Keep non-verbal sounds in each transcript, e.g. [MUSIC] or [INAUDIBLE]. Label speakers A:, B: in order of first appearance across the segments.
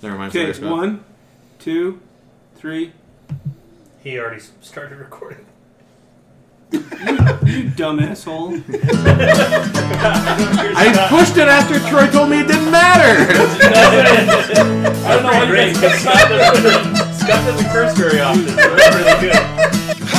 A: That reminds me. I
B: Okay,
A: forgot.
B: one, two, three.
C: He already s- started [LAUGHS] recording.
B: You dumb asshole.
A: I pushed it after Troy told me it didn't matter.
C: I don't know what it is. Scott doesn't, Scott doesn't curse very often, so that's really good.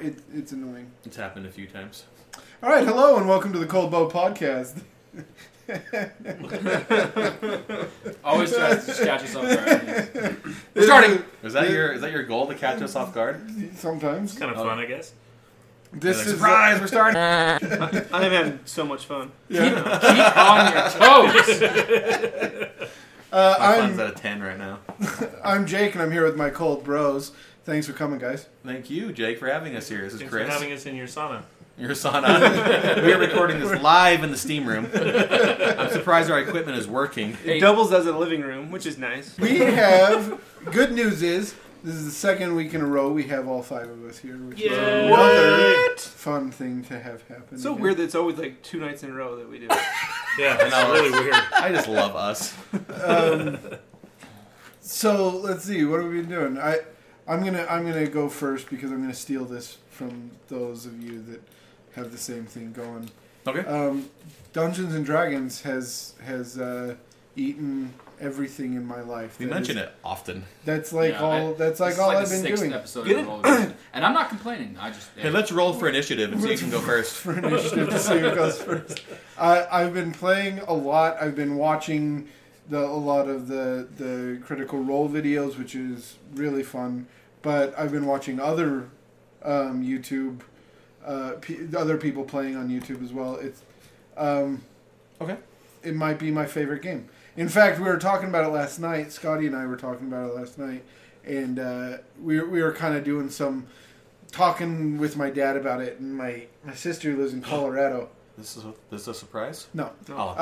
D: It, it's annoying.
A: it's happened a few times.
D: All right, hello and welcome to the Cold Bow Podcast.
E: Always tries to catch us off guard.
A: We're starting. Is that your is that your goal to catch us off guard?
D: Sometimes
C: Kind of fun, I guess.
D: this is
A: Surprise! We're starting.
B: [LAUGHS] I'm having so much fun.
D: Yeah.
E: Keep on your toes.
D: [LAUGHS] Uh,
A: My fun's
D: I'm
A: at a ten right now.
D: I'm Jake and I'm here with my cold bros. Thanks for coming, guys.
A: Thank you, Jake, for having us here. This is
C: Thanks
A: Chris.
C: for having us in your sauna.
A: Your sauna. we are recording this live in the steam room. I'm surprised our equipment is working.
E: Hey.
B: It doubles as a living room, which is nice.
D: We have [LAUGHS] good news is this is the second week in a row we have all five of us here, which is
C: Yay.
D: another fun thing to have happen.
B: It's so
D: again.
B: weird that it's always like two nights in a row that we do. it.
C: Yeah, that's
A: No.
C: really [LAUGHS] weird.
A: I just love us.
D: um, [LAUGHS] so let's see what have we been doing i i'm gonna i'm gonna go first because i'm gonna steal this from those of you that have the same thing going
A: Okay.
D: um, dungeons and dragons has has uh, eaten everything in my life
A: We
D: That
A: mention
D: is-
A: it often.
D: that's like
E: Yeah,
D: all
E: I-
D: that's like
E: This is
D: all
E: the
D: i've been
E: sixth
D: doing
E: episode
B: Get
E: of all of this. And I'm not complaining. I just.
A: Hey, let's roll for initiative and see who can go first.
D: for initiative to see who goes first. I, I've been playing a lot. I've been watching the, a lot of the the critical role videos, which is really fun. But I've been watching other um, YouTube, uh, pe other people playing on YouTube as well. It's um,
A: Okay.
D: It might be my favorite game. In fact, we were talking about it last night. Scotty and I were talking about it last night, and uh, we we were kind of doing some talking with my dad about it, and my, my sister who lives in Colorado.
A: This is a, this is a surprise.
D: No,
A: Oh,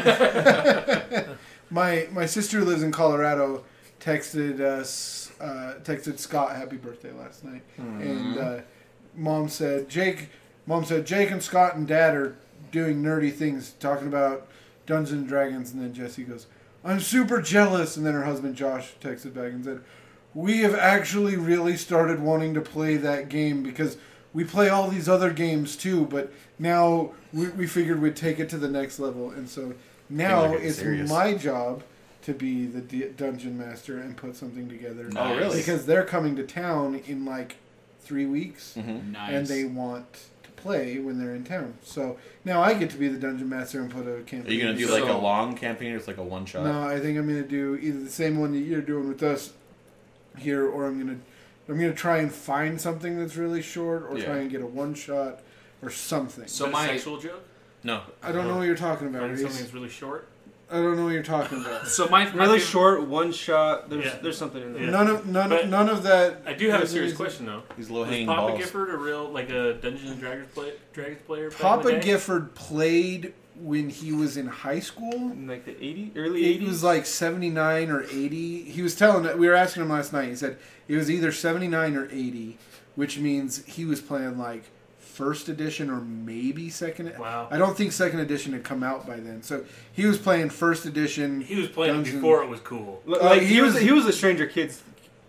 D: uh, [LAUGHS] my my sister who lives in Colorado texted us uh, texted Scott happy birthday last night, and uh, mom said Jake, mom said Jake and Scott and Dad are doing nerdy things, talking about Dungeons and Dragons, and then Jesse goes, I'm super jealous, and then her husband Josh texted back and said. We have actually really started wanting to play that game because we play all these other games too, but now we, we figured we'd take it to the next level, and so
A: Things
D: now
A: are getting
D: it's
A: serious.
D: my job to be the d- dungeon master and put something together.
A: Oh, really?
D: Because they're coming to town in like three weeks,
A: Mhm.
E: Nice.
D: and they want to play when they're in town. So now I get to be the dungeon master and put a campaign.
A: Are you gonna do like a
E: So-
A: long campaign or just like a one shot?
D: No, I think I'm gonna do either the same one that you're doing with us here, or I'm gonna I'm gonna try and find something that's really short, or
A: Yeah.
D: try and get a one shot or something.
E: So
C: Is that a
E: my-
C: sexual joke?
A: No.
D: I don't know what you're talking about.
C: Finding
D: Reese.
C: something that's really short?
D: I don't know what you're talking about.
E: So my, my
B: [LAUGHS] Really
E: favorite-
B: short, one shot. There's
C: Yeah.
B: there's something in there.
C: [LAUGHS] Yeah.
D: None of none
C: But-
D: none of that.
C: I do have a
D: There's
C: serious
D: reason-
C: question, though.
A: He's low
C: Was
A: hanging
C: Papa
A: balls.
C: Gifford a real, like a Dungeons and Dragons, play, Dragons player? back in the
D: Papa
C: day?
D: Gifford played when he was in high school.
B: In like the 80, early
D: It
B: 80s.
D: was like 79 or 80. He was telling we were asking him last night. He said it was either 79 or 80, which means he was playing like first edition or maybe second.
C: Wow.
D: I don't think second edition had come out by then. So he was playing first edition.
C: He was playing
D: Dungeons-
C: before it was cool.
B: L-
D: uh,
B: like
D: he
B: he was
D: was-
B: he was a Stranger Kids.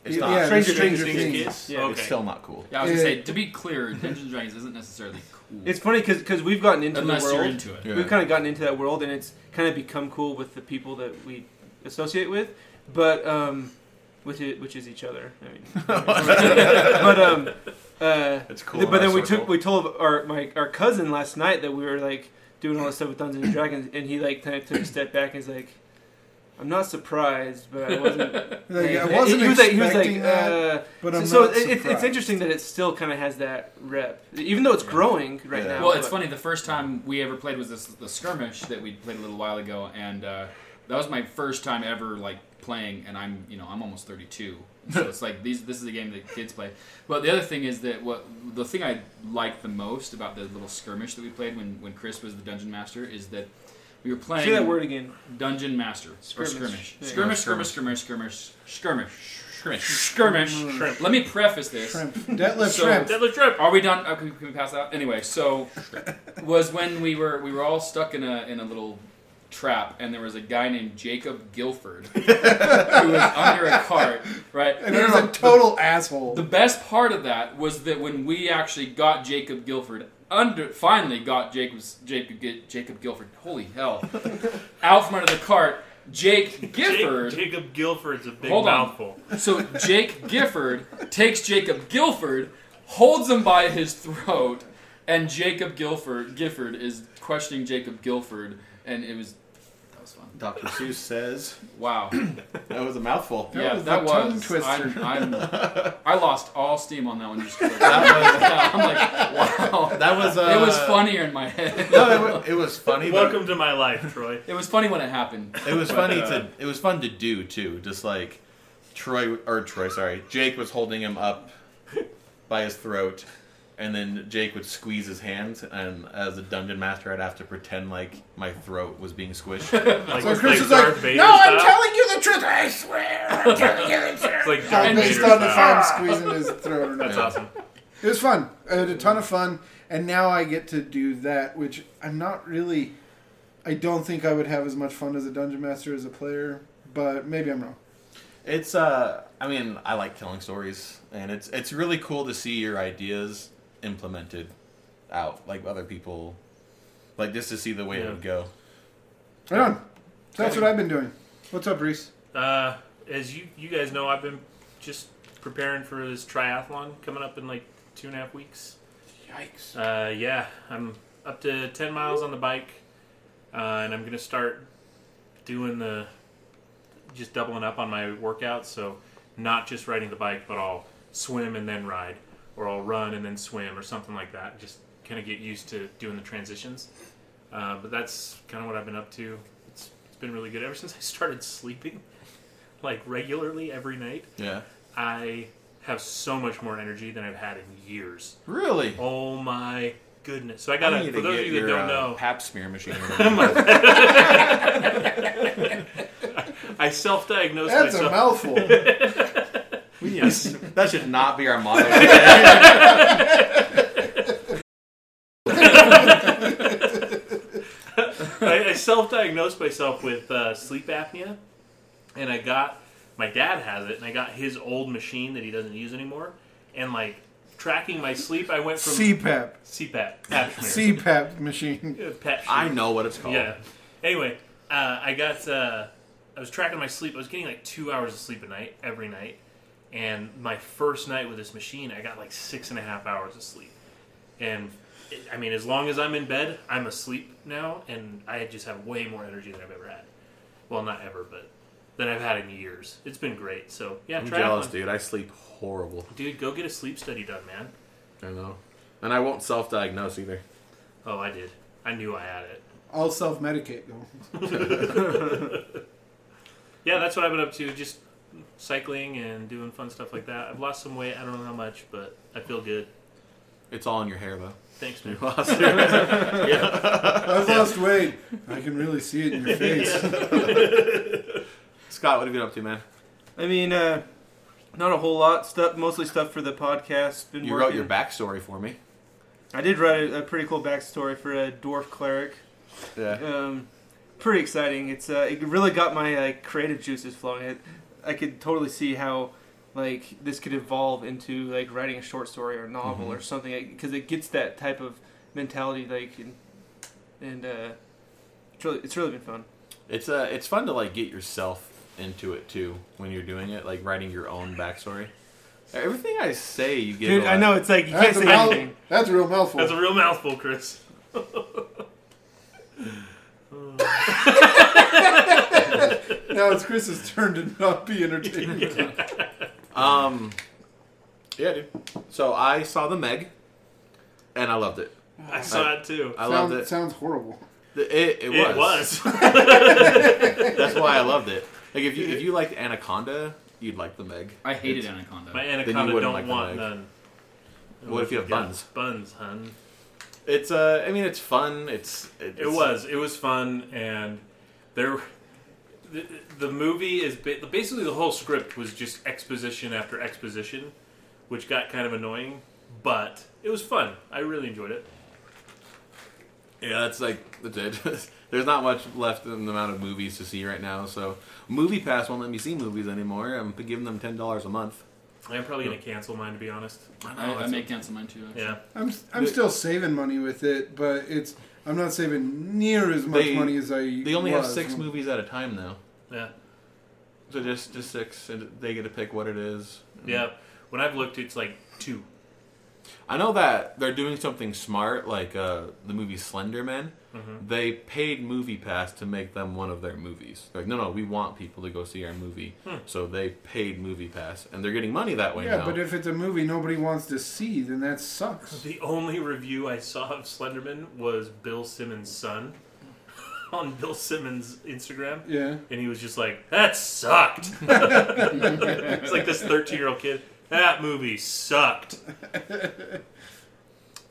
A: It's
D: Yeah,
A: not.
D: yeah,
A: It's
D: Stranger,
B: Stranger
D: Stranger
B: Things.
D: Things.
C: Yeah, okay.
A: still not cool.
E: Yeah, I was gonna
D: Uh,
E: say to be clear, Dungeons and Dragons isn't necessarily cool.
B: It's funny because we've gotten into
E: unless
B: the
E: you're
B: world.
E: into it.
A: Yeah.
B: We've kind of gotten into that world and it's kind of become cool with the people that we associate with, but um, which is, which is each other. I
E: [LAUGHS]
B: mean,
A: [LAUGHS]
B: but um, uh,
A: It's cool.
B: Th-
A: in
B: but
A: our
B: then we
A: circle.
B: took we told our my our cousin last night that we were like doing all this stuff with Dungeons and Dragons, and he like kind of took a step back and he's like, "I'm not surprised, but
A: [LAUGHS]
B: I wasn't."
D: Like, I
B: [LAUGHS] He-
D: wasn't
B: he was like, he
D: expecting
B: was like,
D: that,
B: uh,
D: but
B: so-
D: I'm
B: so
D: not
B: it- it's, it's
D: surprised.
B: interesting that it still kind of has that rep, even though it's
A: Yeah.
B: growing right
A: Yeah.
B: now.
E: Well, it's
B: but-
E: funny. The first time we ever played was this the skirmish that we played a little while ago, and uh, that was my first time ever like playing, and I'm you know I'm
B: [LAUGHS]
E: almost 32, so it's like these this is a game that kids play. But the other thing is that what the thing I like the most about the little skirmish that we played when when Chris was the dungeon master is that we were playing
B: Say that word again.
E: dungeon master
B: Skirmish.
E: or skirmish.
B: Yeah.
E: skirmish, skirmish, skirmish, skirmish, skirmish,
A: [LAUGHS] Skirmish.
E: skirmish.
C: Shrimp.
E: Let me preface this.
D: Shrimp. Detlef
E: So-
D: shrimp.
C: Deadly shrimp.
E: Are we done? Oh, can, can we pass that? Anyway,
D: [LAUGHS]
E: so was when we were we were all stuck in a in a little trap, and there was a guy named Jacob Guilford
D: [LAUGHS]
E: who was under a cart, right?
D: And he was a total asshole.
E: The best part of that was that when we actually got Jacob Guilford under, finally got Jacob's Jacob Gi- Jacob Guilford. Holy
D: [LAUGHS]
E: hell! out from under the cart, Jake Gifford.
C: Jake, Jacob Guilford's a big
E: Hold on.
C: mouthful.
E: So Jake Gifford takes Jacob Guilford, holds him by his throat, and Jacob Guilford Gifford is questioning Jacob Guilford, and it was that was fun.
A: Dr. Seuss says
E: Wow,
A: that was a mouthful.
E: yeah,
D: was
E: that
D: a
E: was.
D: tongue
E: I'm,
D: twister.
E: I'm, I lost all steam on that one. Just
A: That
E: I'm like, wow,
A: was that was uh,
E: it was funnier in my head.
A: No, it was, it was funny. but-
C: Welcome to my life, Troy.
E: It was funny when it happened.
A: It was
C: But,
A: funny
C: uh,
A: to. It was fun to do too. Just like Troy or Troy, sorry, Jake was holding him up by his throat, and then Jake would squeeze his hands, and as a dungeon master, I'd have to pretend like my throat was being [LAUGHS] squished.
C: Like,
D: so
C: it's
D: Chris
C: like
D: is like,
C: Darth Vader
D: no, I'm
C: style.
D: telling you the truth. I swear, I'm telling you the truth.
C: It's like Darth
D: Uh,
E: And
C: Vader
D: based on if
C: style.
D: I'm squeezing his throat or not.
C: That's
A: Yeah.
C: awesome.
D: It was fun. I had a ton of fun, and now I get to do that, which I'm not really. I don't think I would have as much fun as a dungeon master as a player, but maybe I'm wrong.
A: it's uh, I mean, I like telling stories, and it's it's really cool to see your ideas implemented out, like other people, like just to see the way it would go.
D: Right on. So that's what I've been doing. What's up, Reese?
C: Uh, as you you guys know, I've been just preparing for this triathlon coming up in like two and a half weeks.
E: Yikes!
C: Uh, yeah, I'm up to 10 miles on the bike, uh, and I'm going to start doing the just doubling up on my workouts. So, not just riding the bike, but I'll swim and then ride, or I'll run and then swim, or something like that. Just kind of get used to doing the transitions. Uh, but that's kind of what I've been up to. It's, it's been really good ever [LAUGHS] since I started sleeping, like regularly every night.
A: Yeah,
C: I have so much more energy than I've had in years.
A: really.
C: Oh my goodness! So I got
A: I
C: to
A: need to
C: for those
A: get
C: of you that
A: your,
C: don't
A: uh,
C: know,
A: Pap smear
C: [LAUGHS]
A: machine. uh,
C: I self-diagnosed
D: That's a
C: myself.
D: mouthful.
C: [LAUGHS] yes,
A: That should not be our
C: [LAUGHS]
A: motto.
C: I, I self-diagnosed myself with uh, sleep apnea, and I got my dad has it, and I got his old machine that he doesn't use anymore, and like tracking my sleep, I went from
D: CPAP.
C: CPAP, pap smear.
D: CPAP machine.
C: Uh, pap smear.
A: I know what it's called.
C: Yeah. Anyway, uh, I got. Uh, I was tracking my sleep. I was getting like two hours of sleep a night every night, and my first night with this machine, I got like six and a half hours of sleep. And it, I mean, as long as I'm in bed, I'm asleep now, and I just have way more energy than I've ever had. Well, not ever, but than I've had in years. It's been great. So yeah,
A: I'm
C: try
A: jealous,
C: it
A: dude. I sleep horrible.
C: on. dude. Go get a sleep study done, man.
A: I know. And I won't self diagnose either.
C: Oh, I did. I knew I had it.
D: I'll self medicate
C: [LAUGHS]
D: though.
C: yeah, that's what I've been up to. Just cycling and doing fun stuff like that. I've lost some weight. I don't know how much, but I feel good.
A: It's all in your hair, though. [LAUGHS]
C: Thanks,
A: You
C: man.
A: lost
C: [LAUGHS]
A: it.
D: I've lost weight. I can really see it
C: [LAUGHS]
D: in your face.
A: Scott, what have you been up to, man?
B: I mean, uh, not a whole lot. Stuff, mostly stuff for the podcast. Been
A: You
B: working.
A: wrote your backstory for me.
B: I did write a, a pretty cool backstory for a dwarf cleric.
A: Yeah.
B: Um, pretty exciting. It's uh, it really got my like creative juices flowing. It, I could totally see how like this could evolve into like writing a short story or a novel
E: Mm-hmm.
B: or something because it gets that type of mentality like and, and uh, it's really it's really been fun.
A: It's uh, it's fun to like get yourself into it too when you're doing it, like writing your own backstory. Everything I say, you get.
B: Dude, I know it's like you can't
C: [LAUGHS]
D: That's a,
B: say
D: mouth-
B: anything.
D: that's a real mouthful.
C: That's a real mouthful, Chris.
D: now it's Chris's turn to not
C: [LAUGHS]
D: be entertained.
A: Um. Yeah, dude. So I saw the Meg, and I loved it.
C: I saw it too.
A: I
D: Sound-
A: loved it.
D: Sounds horrible.
A: [LAUGHS] It, it
C: It was.
A: That's why I loved it. Like if you if you liked Anaconda, you'd like the Meg.
E: I hated
A: It's-
E: Anaconda.
C: My
A: you
C: anaconda
A: wouldn't
C: don't
A: like the
C: want
A: leg.
C: none.
A: What if you have
C: got
A: buns?
C: Buns, hun.
A: It's uh, I mean, it's fun. It's, it's
C: It was. It was fun, and there. The, the movie is ba- basically the whole script was just exposition after exposition, which got kind of annoying, but it was fun. I really enjoyed it.
A: Yeah, that's like that's it. [LAUGHS] There's not much left in the amount of movies to see right now. So Movie Pass won't let me see movies anymore. I'm giving them ten dollars a month.
C: I'm probably gonna cancel mine to be honest.
E: I, I
A: that's
E: may cancel mine too. Actually.
C: Yeah,
D: I'm I'm
A: The-
D: still saving money with it, but it's I'm not saving near as much
A: They-
D: money as I.
A: They only have
D: was.
A: six movies at a time now.
C: yeah,
A: So just just six, and they get to pick what it is.
C: yeah. When I've looked, it's like two.
A: I know that they're doing something smart, like uh, the movie Slender Man.
D: Mm-hmm.
A: They paid Movie Pass to make them one of their movies. Like, no, no, we want people to go see our movie, so they paid Movie Pass, and they're getting money that way
D: Hmm. Yeah,
A: now.
D: but if it's a movie nobody wants to see, then that sucks.
C: [LAUGHS] The only review I saw of Slenderman was Bill Simmons' son [LAUGHS] on Bill Simmons' Instagram.
D: Yeah.
C: And he was just like, that sucked. [LAUGHS] it's like this 13 year old kid, that movie sucked.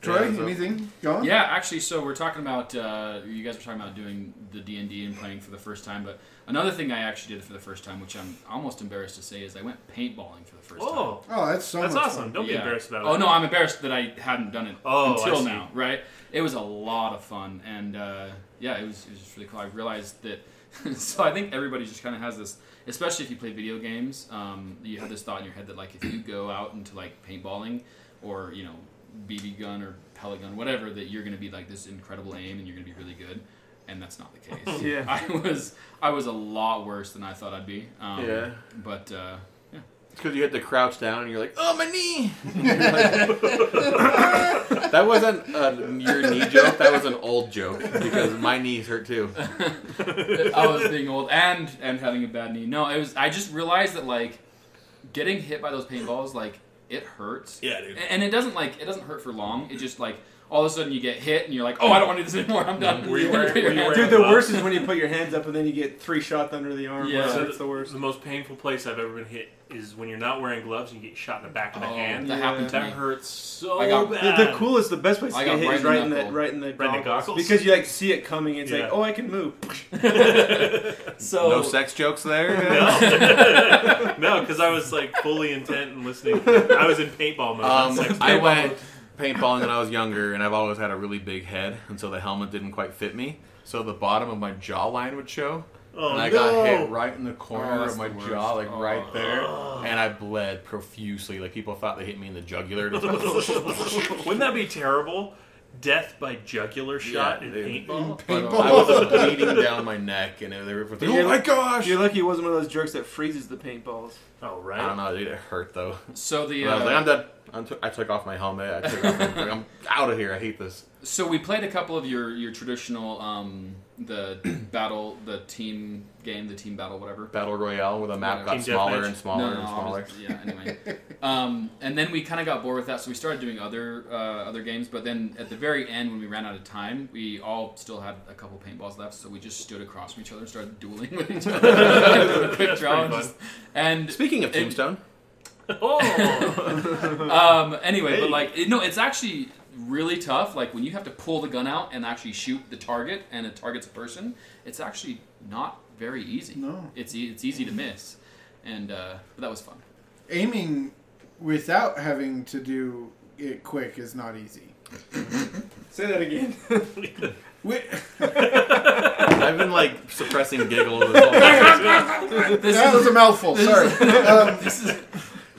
D: Troy,
A: so-
D: anything? Go on.
E: Yeah, actually, so we're talking about uh, you guys were talking about doing the D and D and playing for the first time, but another thing I actually did for the first time, which I'm almost embarrassed to say, is I went paintballing for the first time.
C: Whoa,
D: Oh, that's so
C: that's
D: much
C: awesome.
D: fun.
C: Don't be
E: Yeah.
C: embarrassed about it.
E: Oh no, I'm embarrassed that I hadn't done it
C: Oh, I
E: until
C: see.
E: now. Right? It was a lot of fun, and uh, yeah, it was it was just really cool. I realized that. [LAUGHS] so I think everybody just kind of has this, especially if you play video games. Um, you have this thought in your head that like if you go out into like paintballing, or you know BB gun or pellet gun, whatever, that you're going to be like this incredible aim and you're going to be really good. And
C: [LAUGHS]
E: that's not the case.
B: Yeah.
E: I was I was a lot worse than I thought I'd be. Um,
A: Yeah.
E: But uh, yeah.
A: Because you had to crouch down, and you're like, "Oh, my knee!" [LAUGHS] You're like- that wasn't a your knee joke. That was an old joke because my knees hurt too.
E: [LAUGHS] I was being old and and having a bad knee. No, it was. I just realized that like getting hit by those paintballs, like it hurts.
A: Yeah, dude.
E: And it doesn't like it doesn't hurt for long. It just like all of a sudden you get hit and you're like, oh, I don't want to do this anymore. I'm done.
C: Were you
E: Put
C: wearing- were
E: your
C: you
E: [LAUGHS] hands
C: wearing-
E: up.
B: Dude, the worst is when you put your hands up and then you get three shots under the arm.
E: Yeah.
B: Yeah,
E: So
B: that's the worst.
C: The most painful place I've ever been hit is when you're not wearing gloves and you get shot in the back of the
E: Oh,
C: hand.
E: that
B: Yeah.
E: happened to
C: That
E: me.
C: hurts so
E: I got-
B: The,
C: bad.
B: the coolest, the best place to
E: I
B: get
E: got
B: hit
E: right
B: is
E: in
B: right in
E: the
B: the
E: knuckle.
B: right in the
C: Right in the
B: goggles.
C: goggles?
B: because you like see it coming. It's
C: Yeah.
B: like, oh, I can move.
C: [LAUGHS]
E: [LAUGHS]
A: [LAUGHS]
E: So
A: No sex jokes there. [LAUGHS]
C: No, no, because I was like fully intent and listening. I was in paintball mode. I
A: Um,
C: was like,
A: I went paintballing when I was younger, and I've always had a really big head, and so the helmet didn't quite fit me. So the bottom of my jawline would show,
C: oh
A: and I
C: no.
A: got hit right in the
E: Oh,
A: corner
E: that's
A: of my
E: the worst.
A: jaw, like
E: Oh.
A: right there, and I bled profusely. Like people thought they hit me in the jugular. [LAUGHS]
C: Wouldn't that be terrible? Death by jugular shot
A: Yeah,
C: in
A: dude.
E: uh,
A: [LAUGHS]
C: paintball.
A: I was bleeding down my neck, and they were like,
B: Yeah,
A: "Oh my gosh!"
B: You're lucky it wasn't one of those jerks that freezes the paintballs.
C: Oh right.
A: I don't know, dude. It hurt though.
E: so the
A: I was like,
E: uh,
A: "I'm done." I'm t- I took off my helmet. I took off my- I'm out of here. I hate this.
E: so we played a couple of your your traditional um the battle the team game the team battle whatever.
A: Battle royale where the map got
C: Team
A: smaller
C: Deathmatch.
A: and smaller and
E: I
A: smaller.
E: was- yeah. Anyway, um, and then we kind of got bored with that, so we started doing other uh, other games. But then at the very end, when we ran out of time, we all still had a couple paintballs left, so we just stood across from each other and started dueling with each other. Quick draw. And,
C: pretty
E: just- and
A: Speaking of
E: It-
A: Tombstone,
C: Oh,
E: um, anyway, but
C: Hey.
E: like it, no, it's actually really tough. Like when you have to pull the gun out and actually shoot the target, and it target's a person, it's actually not very easy.
D: No.
E: it's e- it's easy to miss, and uh, but that was fun.
D: Aiming without having to do it quick is not easy.
B: Say that again.
D: [LAUGHS] Wait,
A: I've been like suppressing giggles. This whole
E: This
D: that was a mouthful. Sorry.
A: [LAUGHS]
D: Um,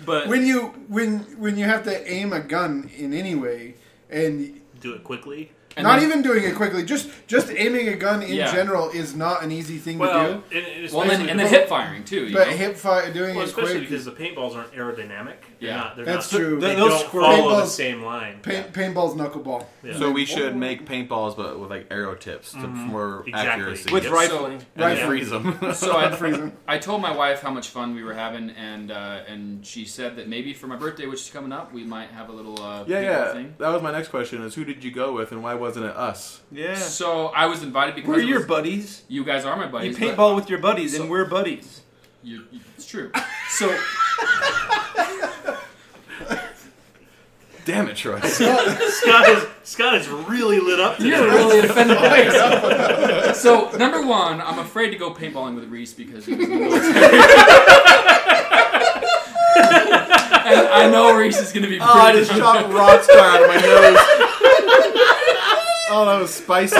E: but
D: when you when when you have to aim a gun in any way, and
C: [LAUGHS] do it quickly.
E: And
D: not
E: then-
D: even doing it quickly, just just aiming a gun in
E: Yeah.
D: general is not an easy thing to
C: Well,
D: do.
C: and, and
E: Well, and then,
C: especially-
E: and then hip firing too. You
D: But
E: know?
D: hip fire doing
C: Well,
D: it
C: especially
D: quick.
C: because the paintballs aren't aerodynamic. They're
E: Yeah.
C: not, they're
D: That's
C: not,
D: true.
C: They
B: Those
C: don't
B: squirrel
C: follow the
D: paintballs-
C: same line. [LAUGHS]
D: Pain, Paintball's knuckleball. [LAUGHS]
C: Yeah.
A: so we should make paintballs, but with like arrow tips to, for more
C: Exactly.
A: accuracy.
B: [LAUGHS] With
A: and
B: rifling.
A: then
D: rifle.
A: freeze them. [LAUGHS]
E: so I,
D: Freezing.
E: I told my wife how much fun we were having, and uh, and she said that maybe for my birthday, which is coming up, we might have a little uh,
A: yeah,
E: paintball
A: yeah.
E: thing.
A: That was my next question: is who did you go with, and why wasn't it us?
B: Yeah.
E: So I was invited because
B: We're
E: it
B: your
E: was-
B: buddies.
E: you guys are my buddies.
B: you
E: but-
B: paintball with your buddies,
E: So-
B: and we're buddies.
E: You're, you- it's true. So
A: Damn it, Troy.
C: Scott is Scott is really lit up. Today.
E: you're really [LAUGHS] offended by yourself. So number one, I'm afraid to go paintballing with Reese because he was in the military. [LAUGHS] and I know Reese is going to be.
A: Oh, I just
C: [LAUGHS]
A: chopped rock star out of my nose.
F: Oh, that was spicy.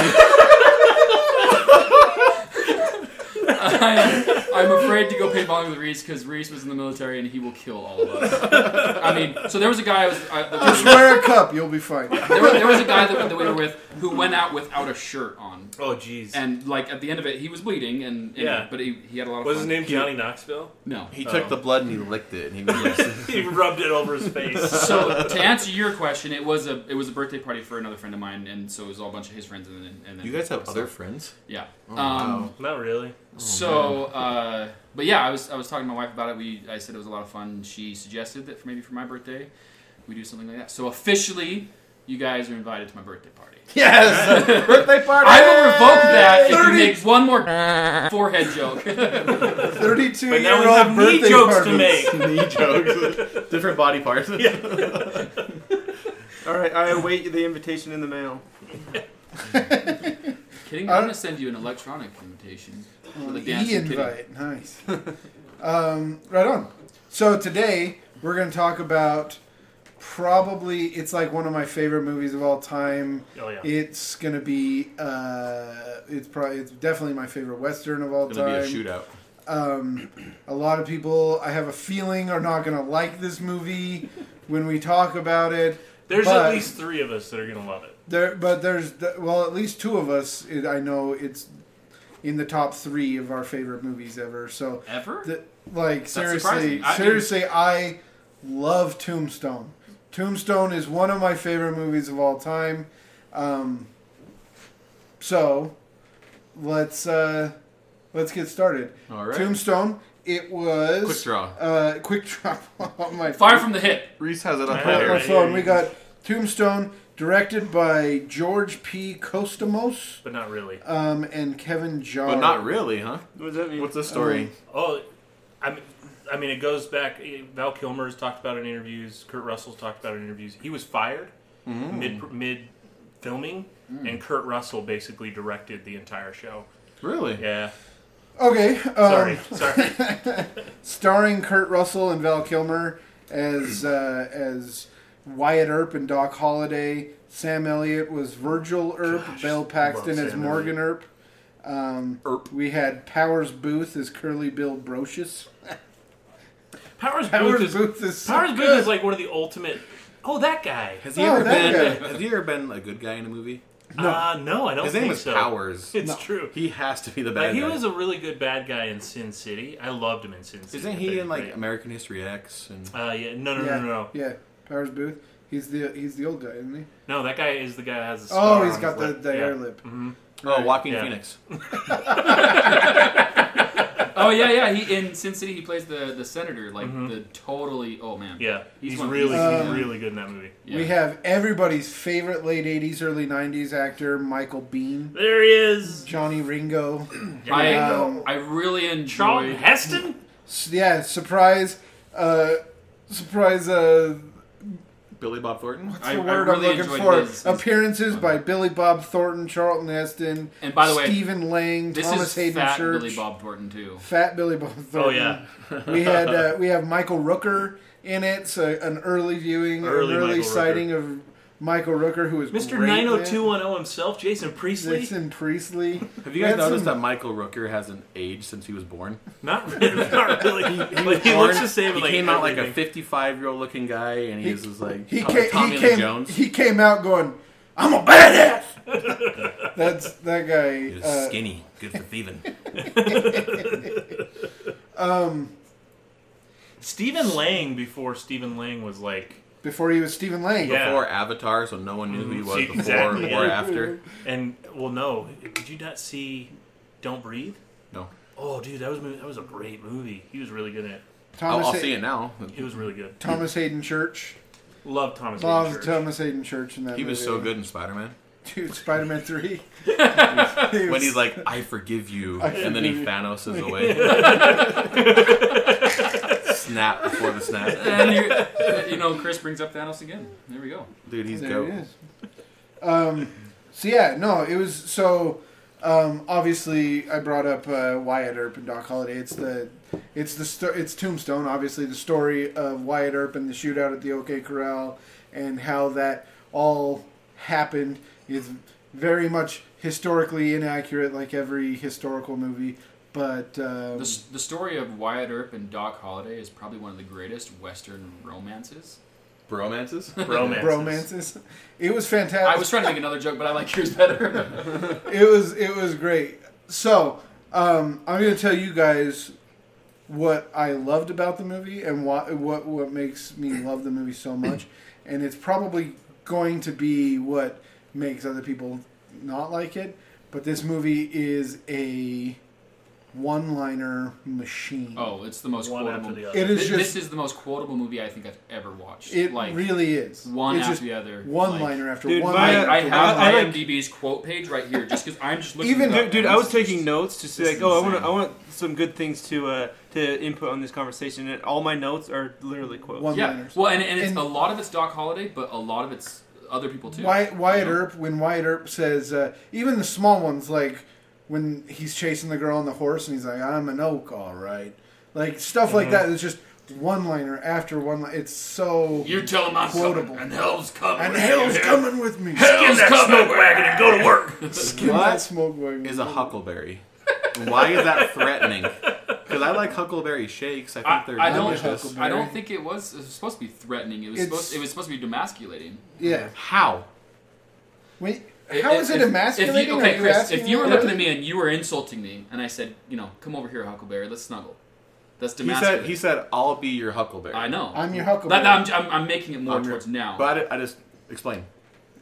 E: I'm, I'm afraid to go paintballing with Reese because Reese was in the military and he will kill all of us. I mean, so there was a guy I was. I,
D: Just wear a cup, you'll be
C: [LAUGHS]
D: fine.
E: there, was, there was a guy that, that we were with who went out without a shirt on,
C: Oh jeez.
E: and like at the end of it, he was bleeding, and, and-
C: Yeah.
E: but he, he had a lot of
C: Was his
E: fun.
C: name Johnny
A: [LAUGHS]
C: Knoxville?
E: No.
A: He took
C: Oh.
A: the blood and he licked it, and he was [LAUGHS]
C: he rubbed it over his face.
E: So to answer your question, it was a it was a birthday party for another friend of mine, and so it was all a bunch of his friends, and then and then
A: You guys have other friends?
E: yeah.
A: Oh,
E: um,
A: wow.
C: Not really.
D: Oh,
E: So, uh, but yeah, I was I was talking to my wife about it. We I said it was a lot of fun. She suggested that for maybe for my birthday, we do something like that. So officially, you guys are invited to my birthday party.
A: Yes, birthday party.
E: I will revoke that if you
D: 30.
E: make one more forehead joke.
D: Thirty-two
C: But
D: year
C: now
D: old
C: we have knee
D: birthday
C: jokes
D: party.
C: to make.
D: [LAUGHS]
A: Knee [LAUGHS] jokes, different body parts.
B: All right, I await the invitation in the mail.
E: Kidding? I'm gonna send you an electronic invitation.
D: Oh,
E: With a
D: the
E: dancing kitty.
D: invite, nice. um, right on. So today we're going to talk about probably it's like one of my favorite movies of all time.
C: Oh yeah.
D: It's going to be uh, it's probably it's definitely my favorite western of all
A: It's
D: time.
A: gonna be a shootout.
D: Um, a lot of people, I have a feeling, are not going to like this movie when we talk about it.
C: There's
D: but-
C: at least three of us that are gonna love it.
D: There, but there's well, at least two of us. It, I know it's in the top three of our favorite movies ever. So,
E: Ever?
D: the, like seriously,
E: surprising. I-
D: seriously, I love Tombstone. Tombstone is one of my favorite movies of all time. Um, so, let's uh, let's get started.
A: All right.
D: Tombstone. It was
A: Quick draw.
D: Uh, quick drop [LAUGHS] on my
E: Fire from the hip.
A: Reese has it on
C: on I
D: Right,
C: Right,
D: my
C: right,
D: phone.
C: yeah,
D: We
C: you
D: got Tombstone, directed by George P. Costamos
C: But not really.
D: um, and Kevin Jarre.
A: but not really, huh?
B: What does that mean?
A: What's the story?
C: Oh, I mean, I mean, it goes back. eh, Val Kilmer's talked about it in interviews. Kurt Russell's talked about it in interviews. He was fired mid mid filming, and Kurt Russell basically directed the entire show.
A: really?
C: Yeah.
D: Okay. Um,
C: Sorry. Sorry.
D: Starring Kurt Russell and Val Kilmer as uh, as Wyatt Earp and Doc Holliday. Sam Elliott was Virgil Earp.
C: Gosh,
D: Bill Paxton
C: love
D: as
C: Sam
D: Morgan Earp. Um,
A: Earp.
D: We had Powers Booth as Curly Bill Brocious.
C: Powers Booth
D: Powers
C: is
D: Booth is so
C: Powers Booth
D: good.
C: is like one of the ultimate. Oh, that guy.
A: Has he
D: Oh,
A: ever
D: that
A: been?
D: guy.
A: Has he ever been a good guy in a movie?
D: No.
C: Uh, no, I don't
A: His
C: think
A: name is
C: so.
A: Powers.
C: It's
D: No.
C: true.
A: He has to be the
C: But
A: bad
C: he
A: guy.
C: was a really good bad guy in Sin City. I loved him in Sin City.
A: Isn't
C: I
A: he
C: think,
A: in like
C: right?
A: American History X? And
C: Uh, yeah. No, no,
D: yeah,
C: no, no, no.
D: yeah. Powers Booth. He's the he's the old guy, isn't he?
C: No, that guy is the guy that has the.
D: Oh,
C: scar
D: he's
C: on
D: got
C: his
D: the,
C: lip.
D: the
C: yeah. Mm-hmm.
D: air lip.
A: oh, Walking
C: Yeah.
A: Phoenix.
E: Oh yeah, yeah. He in Sin City he plays the the senator, like
D: Mm-hmm.
C: Mhm.
E: the totally. Oh man.
C: Yeah, he's,
E: He's one-
C: really,
D: Um,
C: he's really good in that movie.
E: Yeah.
D: We have everybody's favorite late 80s, early 90s actor, Michael Bean,
C: There he is.
D: Johnny Ringo.
E: I
D: Um,
E: I really enjoyed.
C: Charlton Heston.
D: S- yeah, surprise. Uh, surprise. Uh,
A: Billy Bob Thornton.
D: what's
E: I-
D: the
E: I
D: word
E: really
D: I'm
E: enjoyed
D: looking for?
E: his- his-
D: Appearances by Billy Bob Thornton, Charlton Heston,
E: And by the way,
D: Stephen Lang,
E: This
D: Thomas
E: is
D: Hayden
E: fat
D: Church.
E: Billy Bob
D: [LAUGHS]
E: Thornton too.
D: Fat Billy Bob Thornton.
C: Oh yeah,
D: [LAUGHS] we had uh, we have Michael Rooker in it, so an early viewing,
C: Early
D: an early
C: Michael Rooker.
D: sighting of Michael Rooker, who was
C: Mr.
D: great in it.
C: Nine Hundred Two One Zero himself, Jason Priestley.
D: Jason Priestley.
A: Have you guys
D: That's
A: noticed
D: some-
A: that Michael Rooker hasn't aged since he was born?
C: [LAUGHS] Not
D: [LAUGHS]
C: really, not really. [LAUGHS] He,
A: was
C: he
A: born-
C: looks the same.
A: He
C: like,
A: came out like a
C: everything.
A: 55 year old looking guy, and he's just like
D: He
A: Tommy
D: came.
A: Tommy
D: he
A: Lee
D: came.
A: Jones.
D: He came out going, "I'm a
E: [LAUGHS]
D: badass." That's that
A: He
D: guy.
A: was
D: uh,
A: skinny, good for
C: [LAUGHS]
A: thieving.
C: Stephen Lang before Stephen Lang was like,
D: before he was Stephen Lang.
C: Yeah.
A: Before Avatar, so no one knew who he
C: Mhm.
A: was
C: See,
A: before
C: exactly,
A: or
C: yeah.
A: after.
C: and well, no, did you not see Don't Breathe?
A: No,
C: Oh, dude, that was a movie- that was a great movie. He was really good in it.
A: I'll,
D: Thomas
A: I'll
D: Hay-
A: see it now.
C: He was really good.
D: Thomas Hayden Church.
C: Love Thomas. Hayden
D: Love
C: Church.
D: Thomas Hayden Church in that.
A: He was
D: movie.
A: so good in Spider Man.
D: Dude, Spider
C: [LAUGHS]
D: Man [LAUGHS] 3.
A: When he's like, "I forgive you,"
D: I
A: and then he
D: forgive
C: [LAUGHS]
D: you.
A: Thanoses away. snap before the snap,
E: and uh, you, you know, Chris brings up Thanos again. There we go.
A: dude. He's
D: there
A: dope.
D: it is. Um, so yeah, no, it was so. Um, obviously, I brought up uh, Wyatt Earp and Doc Holliday. It's the, it's the sto- it's Tombstone. Obviously, the story of Wyatt Earp and the shootout at the OK Corral and how that all happened is very much historically inaccurate, like every historical movie. But um,
E: The, s- the story of Wyatt Earp and Doc Holliday is probably one of the greatest Western romances.
A: Bromances.
C: Bromances.
D: bromances, it was fantastic.
E: I was trying to make another joke, but I like yours better. [LAUGHS]
D: it was it was great. So um, I'm going to tell you guys what I loved about the movie and what what what makes me love the movie so much, [CLEARS THROAT] and it's probably going to be what makes other people not like it. But this movie is a one-liner machine.
E: oh, it's the most
C: One
E: quotable.
C: after the other.
D: it
E: Th-
D: is
E: This,
D: just
E: is the most quotable movie I think I've ever watched.
D: it
E: like
D: really is
E: one
D: It's
E: after
D: just
E: the other.
D: one-liner after
B: Dude,
E: Like,
D: one-liner.
B: my-
E: I, I
D: after
E: have
B: I- I like-
E: IMDb's quote page right here, just because I'm just looking.
D: Even-
E: it up,
B: Dude, dude,
E: and
B: I was
E: it's just-
B: taking notes to say
E: this
B: like,
E: is
B: oh, I want
E: insane.
B: I want some good things to uh, to input on this conversation, and all my notes are literally quotes.
D: One-
E: Yeah,
D: one-liners.
E: well, and, and it's
D: And-
E: a lot of it's Doc Holliday, but a lot of it's other people too.
D: Wyatt, Wyatt
E: You know?
D: Earp, when Wyatt Earp says, uh, even the small ones, like when he's chasing the girl on the horse and he's like, I'm an oak, all right. Like stuff
E: Mm-hmm.
D: like that. It's just one liner after one liner. It's so.
E: You tell him I'm
D: Quotable.
E: coming, and [LAUGHS] hell's coming.
D: and hell's coming with me.
E: Hell's coming.
C: and go to [LAUGHS] work.
D: Skin
A: What
D: that smoke wagon.
A: Is a huckleberry. Why is that threatening? Because I like huckleberry shakes. I think
E: I,
A: they're
E: I
A: delicious.
E: don't. I don't think it was, it was supposed to be threatening. It was
D: It's-
E: supposed. It was supposed to be demasculating.
D: Yeah.
A: How?
D: Wait, how is it
E: if-
D: emasculating?
E: If you, okay,
D: Are you
E: Chris,
D: asking
E: if you were
D: me?
E: looking at me and you were insulting me, and I said, you know, come over here, Huckleberry, let's snuggle. That's
A: He
E: demasculating.
A: said. He said, "I'll be your huckleberry."
E: I know.
D: I'm your
E: That-
D: huckleberry.
E: that- I'm, I'm, I'm making it more
A: I'm your-
E: towards now.
A: But I, I just explain.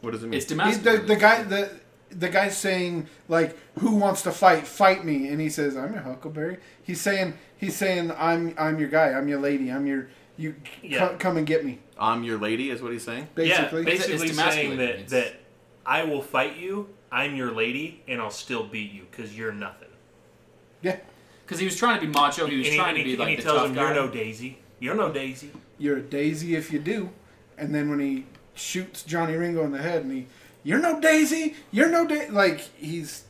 A: What does it mean?
E: it's
D: He's the,
E: demasculating.
D: the guy the the guy saying like who wants to fight fight me and he says i'm your huckleberry he's saying he's saying i'm i'm your guy i'm your lady i'm your you c-
C: Yeah.
D: co- come and get me
A: I'm your lady, is what he's saying.
D: basically
C: yeah, basically
E: It's
C: saying
E: demasculating.
C: that
E: It's-
C: that I will fight you. I'm your lady, and I'll still beat you because you're nothing.
D: yeah
E: Because he was trying to be macho. He was
C: and he,
E: trying
C: and
E: to
C: he-
E: be
C: and
E: like
C: he
E: the
C: tells
E: tough
C: him,
E: guy.
C: "You're no Daisy. You're
A: [LAUGHS]
C: no Daisy."
D: you're a daisy if you do and then when he shoots johnny ringo in the head and he you're no daisy you're no da-. like he's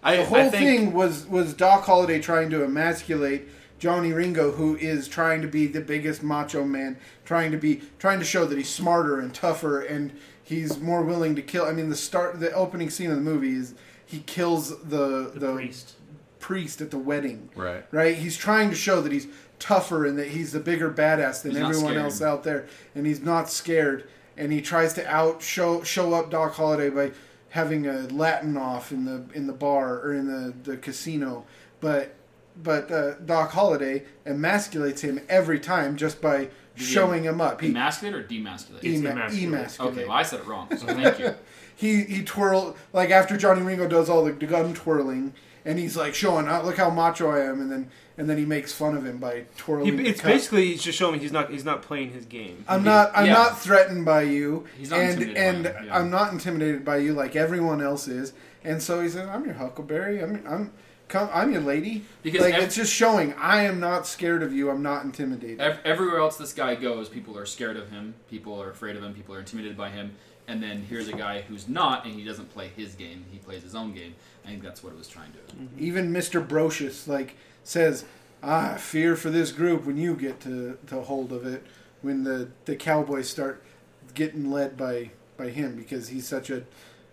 A: I,
D: the whole
A: I think,
D: thing was was Doc Holliday trying to emasculate Johnny Ringo, who is trying to be the biggest macho man, trying to be trying to show that he's smarter and tougher and he's more willing to kill. I mean, the start, the opening scene of the movie is he kills the the,
C: The, priest.
D: priest at the wedding.
A: Right.
D: Right? He's trying to show that he's tougher and that he's the bigger badass than
E: He's not
D: everyone
E: scared.
D: else out there, and he's not scared. And he tries to out show show up Doc Holliday by having a Latin off in the in the bar or in the, the casino, but but uh, Doc Holliday emasculates him every time just by showing him up. He
E: Emasculate or demasculate?
C: It's
D: ema-
C: emasculate.
D: emasculate.
E: Okay, well, I said it wrong, so
D: [LAUGHS]
E: thank you.
D: He he twirl like after Johnny Ringo does all the gun twirling, and he's like showing, "Oh, look how macho I am," and then and then he makes fun of him by
B: He,
D: twirling. the
B: it's
D: cup.
B: basically he's just showing he's not he's not playing his game.
D: I'm not I'm
E: Yeah.
D: not threatened by you,
E: He's not
D: and
E: intimidated by
D: and
E: him, yeah.
D: I'm not intimidated by you like everyone else is, and so he says, "I'm your Huckleberry. I'm I'm come I'm your lady."
E: Because
D: like
E: ev-
D: it's just showing I am not scared of you. I'm not intimidated.
E: Ev- everywhere else this guy goes, people are scared of him, people are afraid of him, people are intimidated by him. And then here's a guy who's not, and he doesn't play his game. He plays his own game. I think that's what it was trying to.
D: Even Mr. Brocious like says, "Ah, fear for this group when you get to to hold of it when the the Cowboys start getting led by by him because he's such a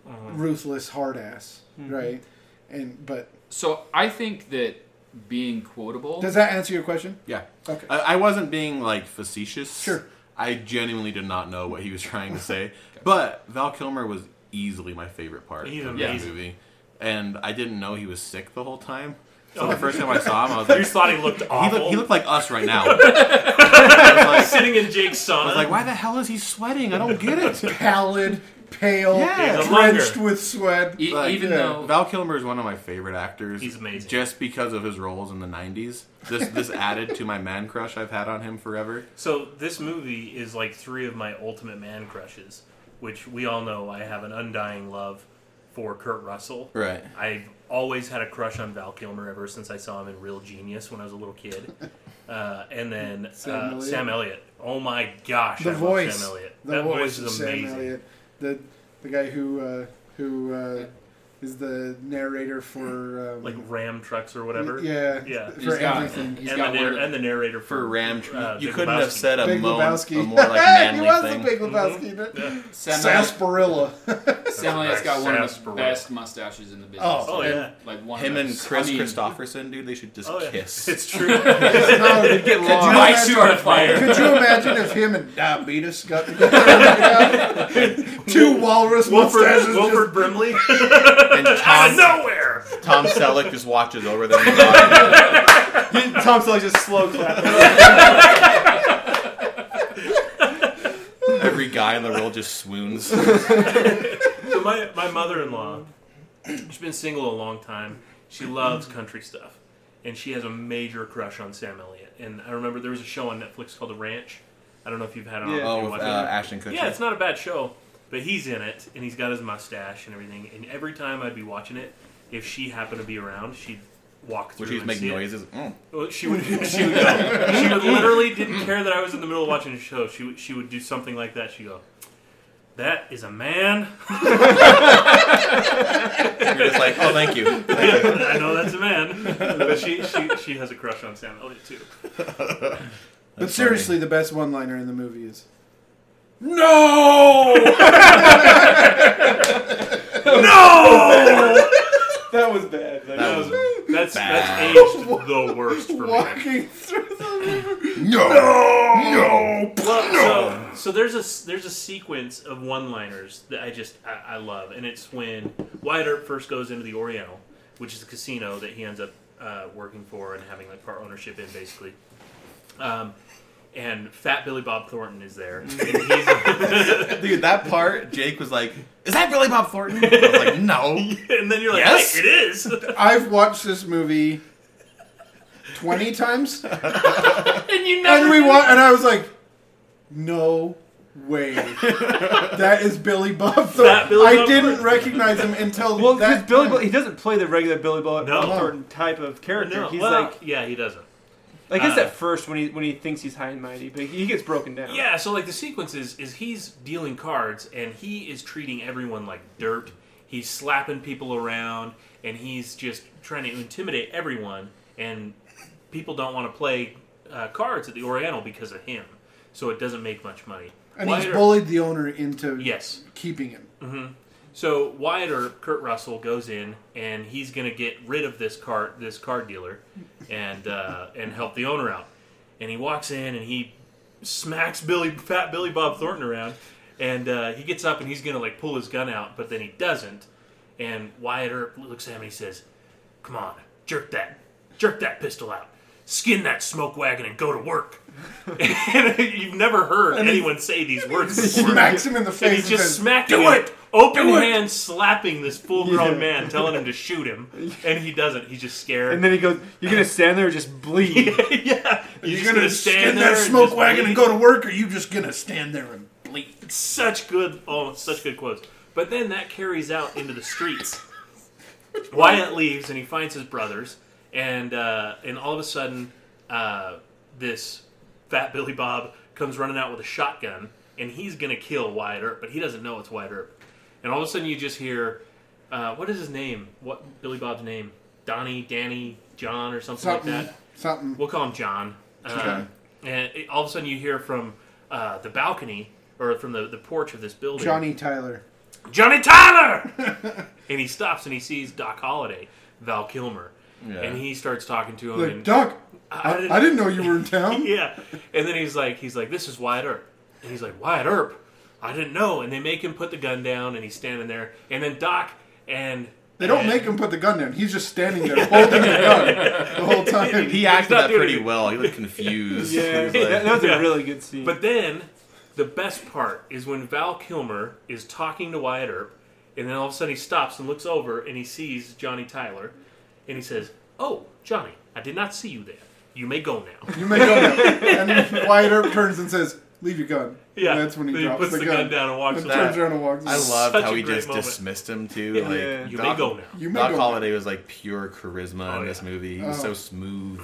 C: Uh-huh.
D: ruthless hard ass,
C: Mm-hmm.
D: right?" And but
E: So I think that being quotable.
D: does that answer your question?
A: Yeah.
D: Okay.
A: I, I wasn't being like facetious.
D: Sure.
A: I genuinely did not know what he was trying to say, but Val Kilmer was easily my favorite part
C: He's
A: of the
E: amazing.
A: movie, and I didn't know he was sick the whole time. So the first time I saw him, I was
C: [LAUGHS]
A: like,
C: You thought he
A: [LAUGHS]
C: looked
A: he,
C: awful.
A: look, he looked like us right now. I was like,
C: [LAUGHS] sitting in Jake's sauna.
A: I was like, why the hell is he sweating? I don't get
C: [LAUGHS]
A: it.
D: pallid, pale,
A: Yeah.
C: He's a
D: drenched
C: longer.
D: with sweat.
E: E-
A: Like,
E: even
D: yeah.
E: though
A: Val Kilmer is one of my favorite actors.
C: He's amazing.
A: Just because of his roles in the 90s. This this added to my man crush I've had on him forever.
C: So this movie is like three of my ultimate man crushes. which we all know I have an undying love for Kurt Russell.
A: Right.
C: I've always had a crush on Val Kilmer ever since I saw him in Real Genius when I was a little kid. Uh, and then uh, Sam,
D: Sam
C: Elliott.
D: Elliott.
C: Oh my gosh,
D: The
C: I love
D: voice.
C: Sam Elliott.
D: The
C: that voice,
D: of
C: is
D: Sam
C: amazing.
D: Elliott, the the guy who uh, who uh, is the narrator for um,
C: Like Ram trucks or whatever.
D: Yeah, [LAUGHS]
C: Yeah.
D: for
E: He's got,
D: everything.
E: he's
C: and,
E: got
C: the
E: one
C: narr-
E: of the-
C: and the narrator
A: For
C: for,
A: Ram, tr-
C: uh,
A: you
C: Big
A: couldn't have
C: Lebowski.
A: said a,
D: Big
A: mo-
D: Lebowski.
A: a more
D: [LAUGHS]
A: like
D: he
A: manly
D: was
A: thing.
D: the Big Lebowski.
C: Yeah.
D: Mm-hmm.
E: Sam Elliott's-
D: Sarsaparilla.
E: Sam Elliott's got one of the
C: Sarsaparilla.
E: best mustaches in the business.
D: Oh.
C: Oh, yeah.
E: Like one
A: Him
E: of
A: and
E: those-
A: Chris
E: I mean,
A: Christopherson, dude, they should just
C: Oh, yeah.
A: kiss.
C: [LAUGHS]
A: [LAUGHS]
C: It's true.
D: [LAUGHS] [LAUGHS] No, it'd get
E: Could you
D: long.
E: Might start
D: [LAUGHS]
E: a fire.
D: Could you imagine if him and diabetes got together? [LAUGHS] Two walrus mustaches.
C: Wilford,
D: just-
C: Wilford Brimley
A: and
C: out of
A: Tom,
C: nowhere.
A: Tom Selleck just watches over them. and uh, nods.
D: [LAUGHS]
B: Tom Selleck just slow clap.
A: Every guy in the world just
C: [LAUGHS]
A: swoons. Oh,
C: So my my mother in law, she's been single a long time. She loves country stuff, and she has a major crush on Sam Elliott. And I remember there was a show on Netflix called The Ranch. I don't know if you've had it on.
B: Yeah.
C: if you
A: Oh, with
C: watch
A: uh,
C: it.
A: Ashton Kutcher.
C: yeah, it's not a bad show, but he's in it, and he's got his mustache and everything. And every time I'd be watching it, if she happened to be around, she'd walk through.
A: Where she's
C: and
A: making
C: see it.
A: noises. Mm.
C: Well, she would. [LAUGHS] She would go. She would literally didn't care that I was in the middle of watching a show. She would. She would do something like that. She would go. That is a man.
A: You're just like, oh, thank you.
C: I know that's
A: [LAUGHS]
C: a man, but she, she she has a crush on Sam Elliott too.
D: But seriously, the best one-liner in the movie is
A: no.
C: No,
B: That was bad. Like,
A: That was
C: [LAUGHS]
A: [LAUGHS]
C: that's that's
A: Bad.
C: aged the worst for me.
D: [LAUGHS] walking through the
A: no. No.
C: Well, so so there's a s- there's a sequence of one-liners that I just I, I love, and it's when Wyatt Earp first goes into the Oriental, which is the casino that he ends up uh, working for and having like part ownership in, basically. Um, and Fat Billy Bob Thornton is there, and he's.
A: [LAUGHS]
C: [LAUGHS]
A: Dude, that part, Jake was like, "Is that really Bob Thornton?" I was
C: [LAUGHS]
A: like, "No."
C: And then you're like,
A: Yes.
C: "Wait, it [LAUGHS] is.
D: I've watched this movie
C: [LAUGHS]
D: twenty times,
C: and you never.
D: and we wa- and I was like, no way, that is Billy Bob Thornton.
C: That Billy
D: I
C: Bob
D: didn't
C: Thornton.
D: recognill him until
B: well, because
D: that
B: Billy,
D: time.
B: Bo- he doesn't play the regular Billy Bob
C: No.
B: Thornton type of character.
C: No,
B: he's
C: well,
B: like,
C: yeah, he doesn't.
B: I guess
C: uh,
B: at first when he when he thinks he's high and mighty, but he gets broken down.
C: Yeah, so like the sequence is is he's dealing cards and he is treating everyone like dirt. He's slapping people around and he's just trying to intimidate everyone. And people don't want to play uh, cards at the Oriental because of him. So it doesn't make much money.
D: and
C: Wyatt
D: he's
C: Earp-
D: bullied the owner into
C: Yes.
D: keeping him.
C: So Wyatt or Kurt Russell goes in and he's going to get rid of this card, this card dealer, and uh, and help the owner out. And he walks in and he smacks Billy, Fat Billy Bob Thornton around, and uh, he gets up and he's going to like pull his gun out, but then he doesn't. And Wyatt Earp looks at him and he says, "Come on, jerk that, jerk that pistol out." Skin that smoke wagon and go to work. [LAUGHS] and [LAUGHS] you've never heard anyone say these words before.
D: [LAUGHS] Smacks him in the
C: And
D: face.
C: he's just
D: says,
C: smacking
D: Do
C: him.
D: it!
C: Open
D: Do it!"
C: hand slapping this full grown
B: Yeah.
C: man, telling
D: [LAUGHS]
C: him to shoot him, and he doesn't. He's just scared.
B: And then he goes, "You're gonna stand there and just [LAUGHS] bleed."
C: [LAUGHS] yeah, he's
D: You're
C: just stand
D: gonna stand
C: there
D: that
C: and
D: smoke
C: just
D: wagon and
C: bleed.
D: go to work, or you just gonna stand there and bleed?
C: Such good, oh, such good quotes. But then that carries out into the streets. Wyatt leaves and he finds his brothers, and uh, and all of a sudden, uh, this fat Billy Bob comes running out with a shotgun, and he's gonna kill Wyatt Earp, but he doesn't know it's Wyatt Earp. And all of a sudden, you just hear, uh, what is his name? What Billy Bob's name? Donnie, Danny, John, or something,
D: Something,
C: like that.
D: something.
C: We'll call him John. Uh, and it, all of a sudden, you hear from uh, the balcony or from the, the porch of this building.
D: Johnny Tyler.
C: Johnny Tyler! [LAUGHS] and he stops and he sees Doc Holliday, Val Kilmer.
A: Yeah.
C: And he starts talking to him.
D: Like
C: and,
D: Doc,
C: I- I
D: I,
C: didn't-
D: I didn't know you were in
C: [LAUGHS]
D: town.
C: yeah. And then he's like, he's like, this is Wyatt Earp. And he's like, Wyatt Earp? I didn't know. And they make him put the gun down and he's standing there. And then Doc and.
D: They don't
C: and- [LAUGHS]
D: make him put the gun down. He's just standing there holding the gun the whole
A: [LAUGHS]
D: time.
A: He acted
C: not
A: that
C: doing
A: pretty
C: anything.
A: well. He looked confused.
B: yeah,
A: He was
B: that,
A: like,
B: that was
C: Yeah.
B: a really good scene.
C: But then the best part is when Val Kilmer is talking to Wyatt Earp, and then all of a sudden he stops and looks over and he sees Johnny Tyler, and he says, "Oh,
D: [LAUGHS]
C: Johnny, I did not see you there. You may go now."
D: You may go now. And Wyatt Earp turns and says, leave your gun.
C: Yeah,
D: And that's when he
C: then
D: drops
C: puts
D: the,
C: the gun. down and walks
D: And
A: That-
C: away.
D: turns around and walks.
A: I
D: away.
A: love
C: Such
A: how
C: a
A: he
C: great
A: just
C: moment.
A: dismissed him too.
B: Yeah.
A: Like
B: Yeah.
C: You
A: Doc,
C: may go now.
D: You may
A: Doc
D: go-
A: Holliday was like pure charisma
C: Oh,
A: in this
C: yeah.
A: movie. He was
D: Oh.
A: so smooth,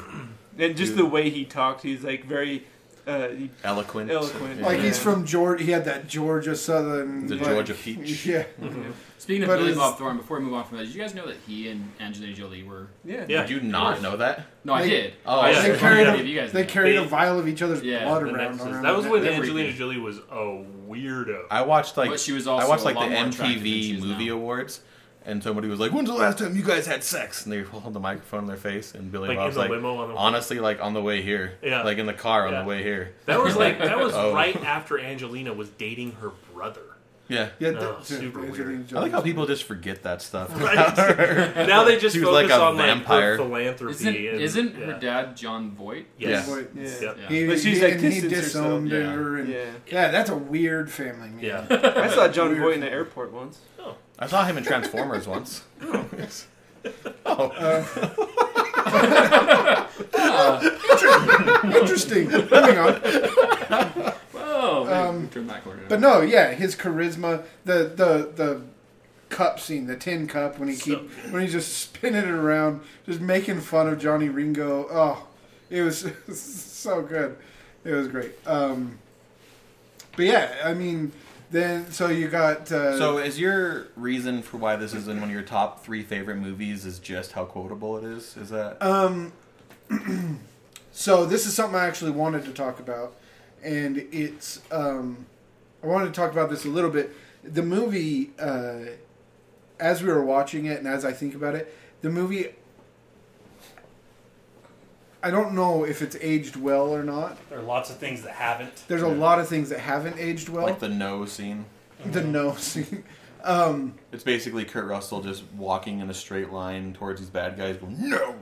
B: And just
A: Dude.
B: the way he talked, he's like very. Uh, he-
A: eloquent.
B: Eloquent.
D: Like
A: Yeah.
D: he's from Georgia. He had that Georgia Southern.
A: the
D: like-
A: Georgia Peach.
D: [LAUGHS] Yeah.
E: Mm-hmm. Speaking of
D: But
E: Billy
D: is-
E: Bob Thornton, before we move on from that, did you guys know that he and Angelina Jolie were?
B: yeah.
C: Yeah.
A: Did you not know that?
E: No, I
D: They-
E: did.
A: Oh,
C: I
A: yeah.
D: They
C: Yeah.
D: carried,
E: Yeah.
D: a,
E: You guys
D: they
E: know.
D: carried a
C: They-
D: vial of each other's
E: Yeah,
D: blood
C: The
D: around.
C: next is-
D: around
C: that was
D: their
C: when
D: neck.
C: Angelina Jolie was a weirdo.
A: I watched like
E: But she was also
A: I watched like
E: a
A: the
E: lot more attractive than she
A: MTV
E: is
A: Movie
E: now.
A: Awards, and somebody was like, "When's the last time you guys had sex?" And they [LAUGHS] hold the microphone in their face, and Billy
C: Like in
A: Bob's
C: the
A: like,
C: limo on the
A: "Honestly, like on the way here,
C: Yeah.
A: like in the car on
C: Yeah.
A: the way here,
C: That was like that was
A: [LAUGHS] Oh.
C: right after Angelina was dating her brother.
D: [LAUGHS]
A: yeah."
D: Yeah,
C: Oh,
D: that-
C: super
D: Angelina
A: I
C: weird.
A: like
D: Jolie.
A: how people just forget that stuff.
C: [LAUGHS] Right? now they just
A: She was
C: focus
A: like a
C: on
A: vampire.
C: like her philanthropy.
E: Isn't,
C: and,
E: isn't
C: yeah.
E: her dad John Voight?
C: Yes.
A: Yeah.
D: Yeah.
B: Yeah.
C: Yep.
E: Yeah.
D: He,
B: But she's,
D: he-
B: like,
D: and he
B: distanced herself.
D: disowned
E: Yeah.
D: her. And,
B: Yeah.
D: Yeah, that's a weird family. Man.
C: Yeah.
B: I
E: [LAUGHS]
B: saw John
D: Weird.
B: Voight in the airport once.
A: [LAUGHS] I saw him in Transformers once. Oh,
C: [LAUGHS]
D: Interesting. Moving on.
E: Whoa!
D: Um,
E: we turned that corner.
D: But no, yeah, his charisma, the the the cup scene, the tin cup when he
C: So-
D: keep when he's just spinning it around, just making fun of Johnny Ringo. Oh, it was [LAUGHS] so good. It was great. Um, but yeah, I mean, then so you got uh,
A: so is your reason for why this is in one of your top three favorite movies is just how quotable it is? Is that
D: Um, so this is something I actually wanted to talk about, and it's um, I wanted to talk about this a little bit. The movie, uh, as we were watching it, and as I think about it, the movie. I don't know if it's aged well or not.
G: There are lots of things that haven't.
D: There's a lot of things that haven't aged well.
A: like the no scene?
D: the, no [LAUGHS] scene.
A: It's basically Kurt Russell just walking in a straight line towards these bad guys, going no,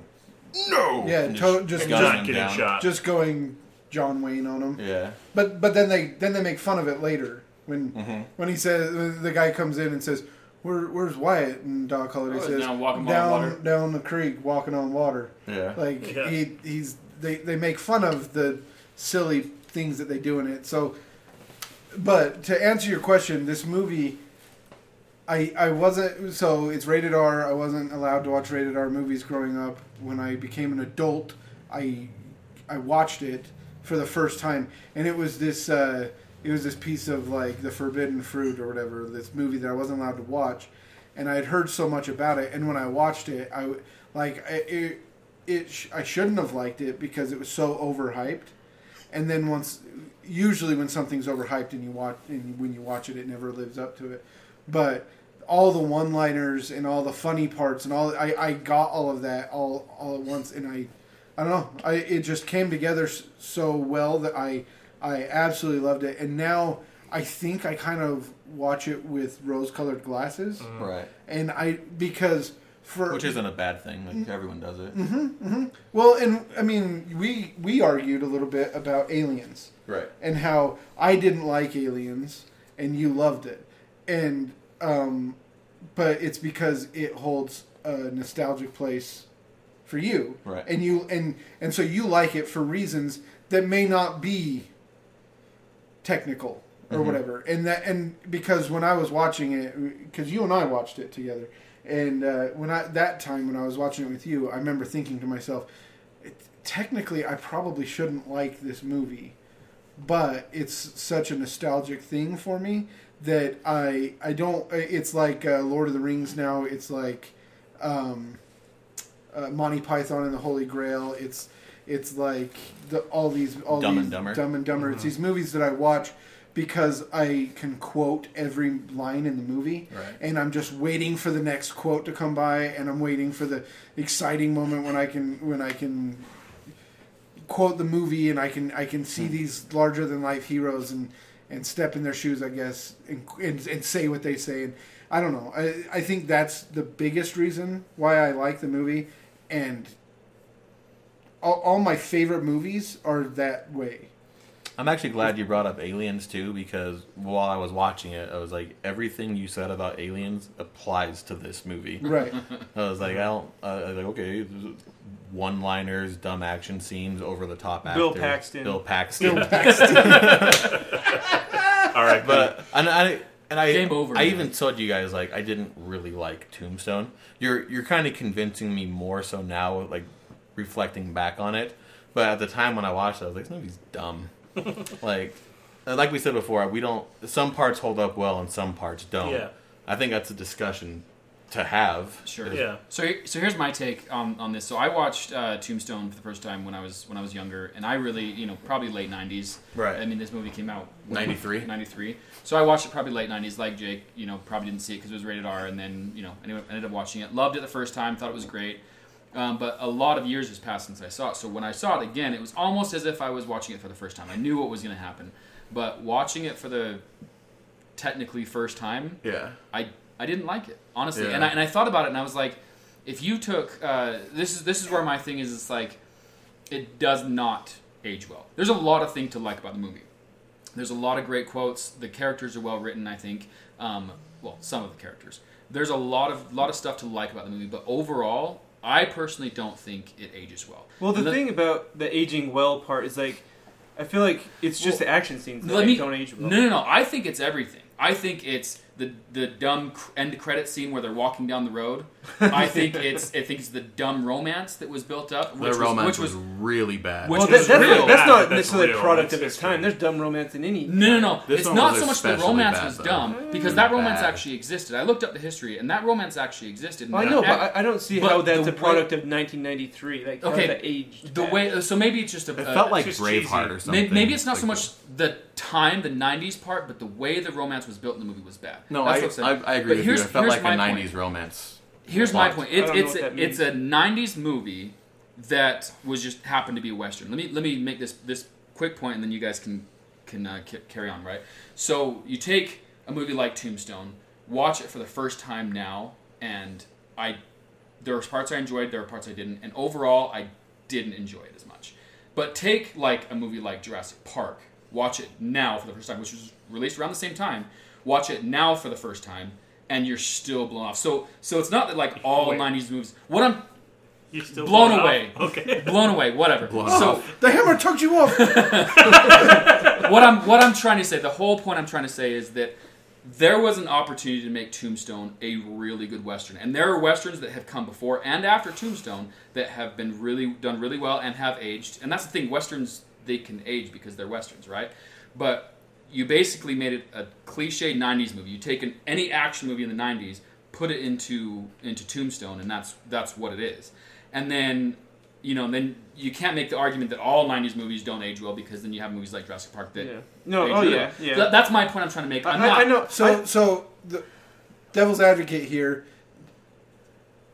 A: no,
D: Yeah,
A: and
D: to- just-
A: gunning
C: Not
A: them
C: getting
A: down.
C: shot.
D: Just going John Wayne on him.
A: Yeah,
D: But but then they then they make fun of it later when
A: Mhm.
D: when he says when the guy comes in and says Where, where's Wyatt and Doc Holliday
E: Oh,
D: says
E: down walking on
D: down
E: water."
D: down the creek walking on water
A: yeah.
D: like
C: Yeah.
D: he he's they they make fun of the silly things that they do in it so but to answer your question this movie. I, I wasn't so it's rated R. I wasn't allowed to watch rated R movies growing up. When I became an adult, I I watched it for the first time, and it was this uh, it was this piece of like the forbidden fruit or whatever this movie that I wasn't allowed to watch, and I had heard so much about it, and when I watched it, I w- like I- it it sh- I shouldn't have liked it because it was so overhyped, and then once usually when something's overhyped and you watch and when you watch it, it never lives up to it, but. All the one-liners and all the funny parts and all I, I got all of that all all at once and I I don't know. I it just came together s- so well that I I absolutely loved it, and now I think I kind of watch it with rose-colored glasses,
A: Right,
D: and I because for
A: Mm. which isn't a bad thing. Like everyone does it.
D: well, and I mean we we argued a little bit about aliens
A: Right.
D: and how I didn't like aliens and you loved it, and um, but it's because it holds a nostalgic place for you,
A: Right.
D: And you and and so you like it for reasons that may not be technical or whatever, and that and because when I was watching it, because you and I watched it together, and uh, when I that time when I was watching it with you, I remember thinking to myself. "It- Technically, I probably shouldn't like this movie but it's such a nostalgic thing for me that I I don't. It's like uh, Lord of the Rings now. It's like um, uh, Monty Python and the Holy Grail. It's it's like the, all these all
A: Dumb
D: these
A: and Dumber.
D: Dumb and Dumber. It's these movies that I watch because I can quote every line in the movie,
A: Right.
D: and I'm just waiting for the next quote to come by, and I'm waiting for the exciting moment when I can when I can quote the movie and I can I can see these larger than life heroes and and step in their shoes I guess and and, and say what they say and I don't know I I think that's the biggest reason why I like the movie and all, all my favorite movies are that way
A: I'm actually glad you brought up aliens too, because while I was watching it, I was like, everything you said about aliens applies to this movie.
E: [LAUGHS]
D: right
A: I was like, I don't. I I was like, okay, one-liners, dumb action scenes, over-the-top actors.
B: Bill Paxton.
A: Bill [LAUGHS] Paxton.
C: [LAUGHS] All right,
B: [LAUGHS]
C: but
A: but and I and I
E: Game over,
A: I
E: man.
A: even told you guys like I didn't really like Tombstone. You're you're kind of convincing me more so now, like reflecting back on it. But at the time when I watched it, I was like, this movie's [LAUGHS] dumb. like, and like we said before, we don't. Some parts hold up well and some parts don't.
C: Yeah.
A: I think that's a discussion to have.
E: Sure.
C: Yeah.
E: So he- so here's my take on, on this. So I watched uh, Tombstone for the first time when I was when I was younger, and I really you know probably late '90s.
A: Right.
E: I mean, this movie came out when-
A: 93?
E: 93. So I watched it probably late '90s, like Jake. You know, probably didn't see it because it was rated R, and then you know anyway, ended up watching it. Loved it the first time. Thought it was great. Um, but a lot of years has passed since I saw it. So when I saw it again, it was almost as if I was watching it for the first time. I knew what was going to happen, but watching it for the technically first time,
A: Yeah.
E: I I didn't like it honestly,
A: Yeah.
E: and I and I thought about it, and I was like, if you took uh, this is this is where my thing is. It's like it does not age well. There's a lot of thing to like about the movie. There's a lot of great quotes. The characters are well written. I think, um, well, some of the characters. There's a lot of lot of stuff to like about the movie, but overall, I personally don't think it ages well.
B: Well, the
E: Let-
B: thing about the aging well part is like, I feel like it's just
E: Well,
B: the action scenes that
E: Let
B: like,
E: me,
B: don't age well.
E: No, no, no. I think it's everything. I think it's the the dumb cr- end credit scene where they're walking down the road.
B: [LAUGHS]
E: I think it's I think it's the dumb romance that was built up, which
A: Their
E: was,
A: romance
E: which was,
A: was really bad.
E: which
B: well,
E: was
B: that, that's,
E: real.
B: not, that's
C: Yeah,
B: not
C: that's
B: necessarily
C: real.
B: a product
C: That's
B: of its
C: history.
B: time. There's dumb romance in any.
E: No, no, no.
A: This
E: it's
A: one
E: not
A: was
E: so much the
A: especially
E: romance
A: bad,
E: was
A: though.
B: Mm.
E: dumb because that romance
A: Bad.
E: actually existed. I looked up the history, and that romance actually existed. and
B: Well, I
E: that
B: know,
E: act-
B: but I, I don't see
E: but
B: how that's
E: the
B: a product of 1993. Like,
E: Okay,
B: okay, that aged.
E: the
B: bad.
E: way so maybe it's just a,
A: it
E: a-
A: felt like
C: just
A: Braveheart
C: cheesy.
A: or something.
E: Uh, May- Maybe it's not so
A: Like-
E: much the time, the '90s part, but the way the romance was built in the movie was bad.
A: No, I,
E: That's what I'm saying.
A: I, I
E: But
A: agree with you.
E: here's-
A: It felt
E: here's
A: like a
E: my point.
A: '90s romance.
E: Here's my point. It's
B: I don't know
E: it's
B: what
E: a,
B: that
E: it's a '90s movie that was just happened to be a western. Let me let me make this this quick point, and then you guys can can uh, ca- carry on. Right. So you take a movie like Tombstone, watch it for the first time now, and I there were parts I enjoyed, there were parts I didn't, and overall I didn't enjoy it as much. But take like a movie like Jurassic Park, watch it now for the first time, which was released around the same time. Watch it now for the first time, and you're still blown off. So so it's not that like all
C: Wait.
E: '90s movies. What I'm
C: you still
E: blown
C: off.
E: away.
C: Okay.
E: blown away, whatever.
A: Blown
E: so
A: off.
D: The hammer tugged you off.
E: [LAUGHS] what I'm what I'm trying to say, the whole point I'm trying to say is that there was an opportunity to make Tombstone a really good western, and there are westerns that have come before and after Tombstone that have been really done really well and have aged. And that's the thing, westerns they can age because they're westerns, right? But you basically made it a cliche '90s movie. You take an, any action movie in the '90s, put it into into Tombstone, and that's that's what it is. And then you know, then you can't make the argument that all '90s movies don't age well because then you have movies like Jurassic Park that
B: Yeah. No.
E: age
B: Oh
E: well.
B: yeah. Yeah.
E: Th- that's my point I'm trying to make.
B: I,
E: I'm
B: I-
E: not,
B: I know.
D: So, so the devil's advocate here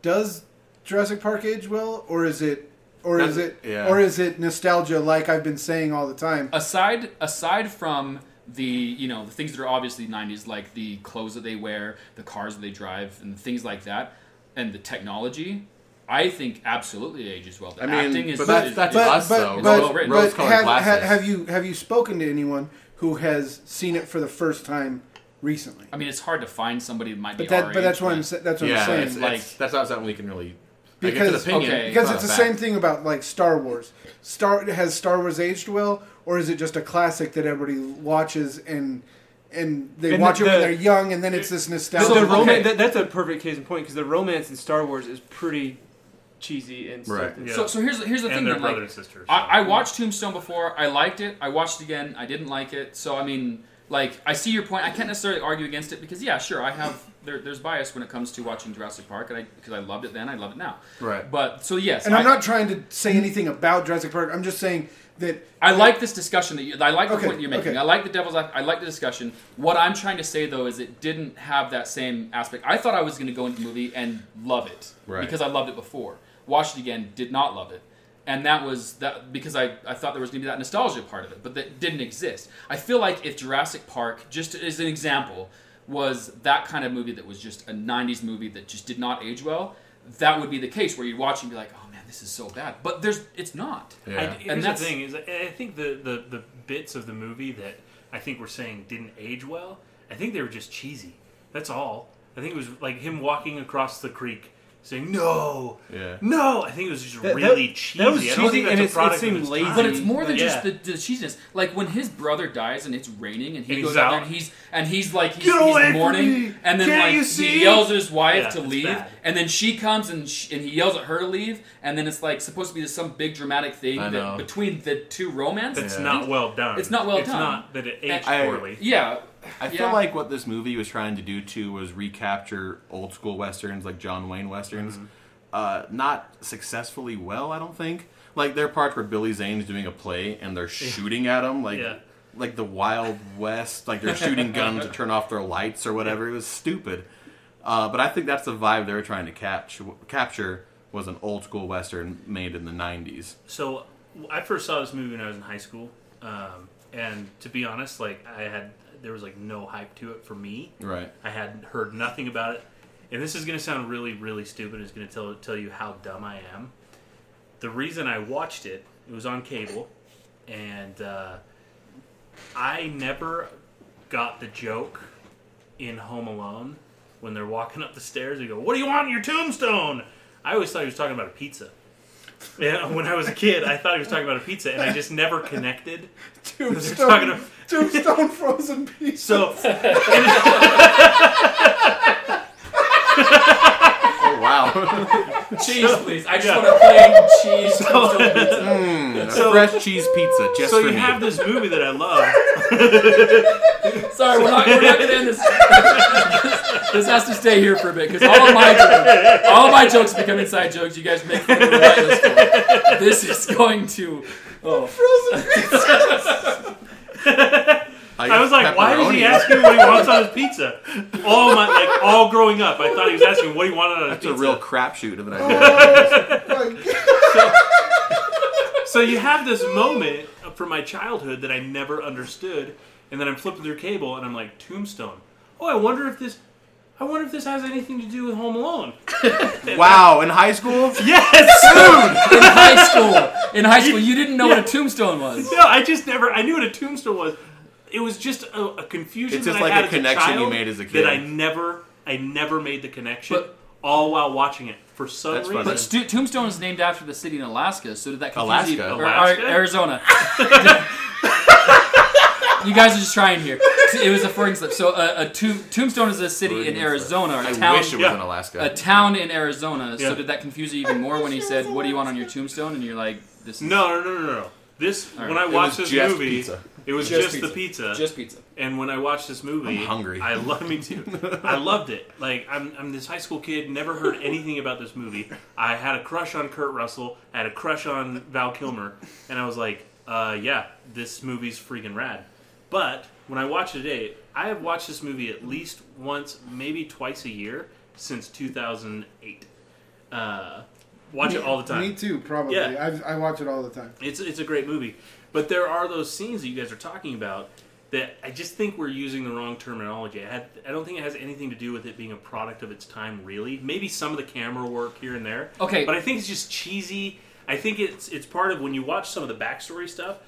D: does Jurassic Park age well, or is it, or is
A: That's-
D: it,
A: yeah.
D: or is it nostalgia? Like I've been saying all the time.
E: aside aside from the you know the things that are obviously 90s like the clothes that they wear the cars that they drive and things like that and the technology i think absolutely ages well the
A: I mean,
E: acting is,
A: but that's-
E: is-
A: that's
E: is-
A: us, though.
E: It's
D: but,
E: well written.
D: but
A: Rose-colored
D: have, ha-
A: glasses.
D: have you have you spoken to anyone who has seen it for the first time recently?
E: i mean it's hard to find somebody that might be
D: But that,
E: our
D: but
E: age,
D: that's what I'm sa- that's what
A: yeah,
D: I'm saying.
A: it's,
E: like-
A: it's- that's not something we can really. like, it's an
D: Because-
A: opinion,
E: okay.
D: Because
A: not
D: it's
A: a
D: the
A: fact.
D: same thing about like Star Wars. Star has Star Wars aged well, or is it just a classic that everybody watches and and they
B: And
D: watch
B: the-
D: it when
B: the-
D: they're young, and then it's this
B: the,
D: nostalgia.
E: So,
B: the
E: okay.
B: romance, that, that's a perfect case in point because the romance in Star Wars is pretty cheesy and
A: Right.
B: stuff.
C: Yeah.
E: so, so here's here's the thing
C: [LAUGHS] and their
E: that,
C: brother
E: like,
C: and sister. so.
E: I, I watched Tombstone before. I liked it. I watched it again. I didn't like it. So I mean, like, I see your point. I can't necessarily argue against it because yeah, sure, I have there, there's bias when it comes to watching Jurassic Park, and I because I loved it then, I love it now.
A: Right.
E: But so yes,
D: and
E: I,
D: I'm not trying to say anything about Jurassic Park. I'm just saying that
E: I like this discussion that you. I like the
D: Okay,
E: point you're making.
D: okay.
E: I like the devil's. ad- I like the discussion. What I'm trying to say though is it didn't have that same aspect. I thought I was going to go into the movie and love it
A: Right.
E: because I loved it before. Watched it again, did not love it, and that was that because I, I thought there was going to be that nostalgia part of it, but that didn't exist. I feel like if Jurassic Park, just as an example, was that kind of movie that was just a '90s movie that just did not age well, that would be the case where you'd watch and be like, "Oh man, this is so bad," but there's it's not.
A: Yeah.
C: I, here's
E: And
C: the
E: that's-
C: thing is, I I think the, the, the bits of the movie that I think we're saying didn't age well, I think they were just cheesy. That's all. I think it was like him walking across the creek saying no,
A: Yeah.
C: no. I think it was just
B: That- that-
C: really cheesy.
B: that was
C: I don't
B: cheesy
C: think that's
B: and
C: a
B: it's- it
C: product of
B: seemed
C: its
B: lazy.
C: time.
E: But it's more than
C: Yeah.
E: just the, the cheesiness. Like when his brother dies and it's raining and he
C: And
E: goes
C: he's
E: out, there
C: out.
E: and he's and he's like he's,
B: Get
E: he's
B: away from
E: mourning
B: me.
E: and then
B: Can't
E: like
B: you
E: he
B: see?
E: yells at his wife
C: Yeah,
E: to
C: it's
E: leave
C: bad.
E: and then she comes and sh and he yells at her to leave and then it's like supposed to be some big dramatic thing
A: I
E: that
A: know.
E: between the two romances.
C: That's
A: Yeah.
C: not well done.
E: It's not well
C: It's
E: done.
C: not that it aged
A: I-
C: poorly.
E: Yeah,
A: I feel
E: Yeah.
A: like what this movie was trying to do too was recapture old school westerns like John Wayne westerns, uh, not successfully well. I don't think. Like there are parts where Billy Zane's doing a play and they're shooting at him, like
C: Yeah.
A: like the Wild West, like they're shooting guns to turn off their lights or whatever. It was stupid. Uh, but I think that's the vibe they were trying to capture. Capture was an old school western made in the '90s.
C: So I first saw this movie when I was in high school, um, and to be honest, like I had there was like no hype to it for me.
A: Right.
C: I had heard nothing about it, and this is going to sound really, really stupid. It's going to tell tell you how dumb I am. The reason I watched it, it was on cable, and uh, I never got the joke in Home Alone when they're walking up the stairs. They go, "What do you want in your tombstone?" I always thought he was talking about a pizza. Yeah, [LAUGHS] when I was a kid, I thought he was talking about a pizza, and I just never connected. talking
D: Tombstone,
C: to- [LAUGHS]
D: Tombstone frozen piece.
C: So
A: Oh wow! [LAUGHS]
E: cheese, please. I just
C: yeah.
E: want to play cheese.
A: A Fresh cheese pizza just
C: so
A: for
C: you
A: me.
C: have this movie that I love.
E: Sorry, we're not, we're not gonna end this. [LAUGHS] This has to stay here for a bit because all of my all of my jokes become inside jokes. You guys make fun of me this for. This is going to. Oh,
C: I was like, why is he asking what he wants on his pizza? All my like all growing up, I thought he was asking what he wanted on his
A: That's
C: pizza. Oh,
A: a real crapshoot of an idea.
C: so you have this moment from my childhood that I never understood, and then I'm flipping through cable and I'm like, Tombstone. Oh, I wonder if this. I wonder if this has anything to do with Home Alone. [LAUGHS]
A: Wow, in high school?
C: Yes.
E: in high school, in high school, you didn't know what a tombstone was.
C: no, I just never. I knew what a tombstone was. It was just a, a confusion.
A: It's just
C: that I
A: like
C: had
A: a
C: as
A: connection you
C: child
A: made as a kid.
C: that I never, I never made the connection.
E: But-
C: all while watching it for some
A: That's
C: reason.
A: funny.
E: But Stu- Tombstone is named after the city in Alaska, so did that confuse you?
A: Alaska?
E: Or, or
C: Alaska?
E: Arizona. you guys are just trying here. It was a Freudian slip. So uh, a tomb- Tombstone is a city in
A: Freudian slip.
E: Arizona, or a
A: I
E: town.
A: wish it was
C: Yeah.
A: in Alaska.
E: a town in Arizona. So
C: Yeah.
E: did that confuse you even more when he said, "What do you want on your tombstone?" And you're like, "This is
C: No, no, no, no, no. This
E: All right.
C: when I
A: It
C: watched
A: was
C: this
A: just
C: movie,
A: pizza.
C: it was
E: Just
C: just, the
E: pizza.
C: pizza.
E: just pizza."
C: and when I watched this movie,
A: I'm hungry.
C: I love me too.
A: [LAUGHS]
C: I loved it. Like I'm, I'm this high school kid, never heard anything about this movie. I had a crush on Kurt Russell, I had a crush on Val Kilmer, and I was like, uh, yeah, this movie's freaking rad. But when I watch it today, I have watched this movie at least once, maybe twice a year since 2008. Uh, watch it all the time.
D: Me too, probably.
C: Yeah.
D: I, I watch it all the time.
C: It's it's a great movie, but there are those scenes that you guys are talking about that I just think we're using the wrong terminology. I, had, I don't think it has anything to do with it being a product of its time, really. Maybe some of the camera work here and there.
E: Okay.
C: but I think it's just cheesy. I think it's it's part of when you watch some of the backstory stuff.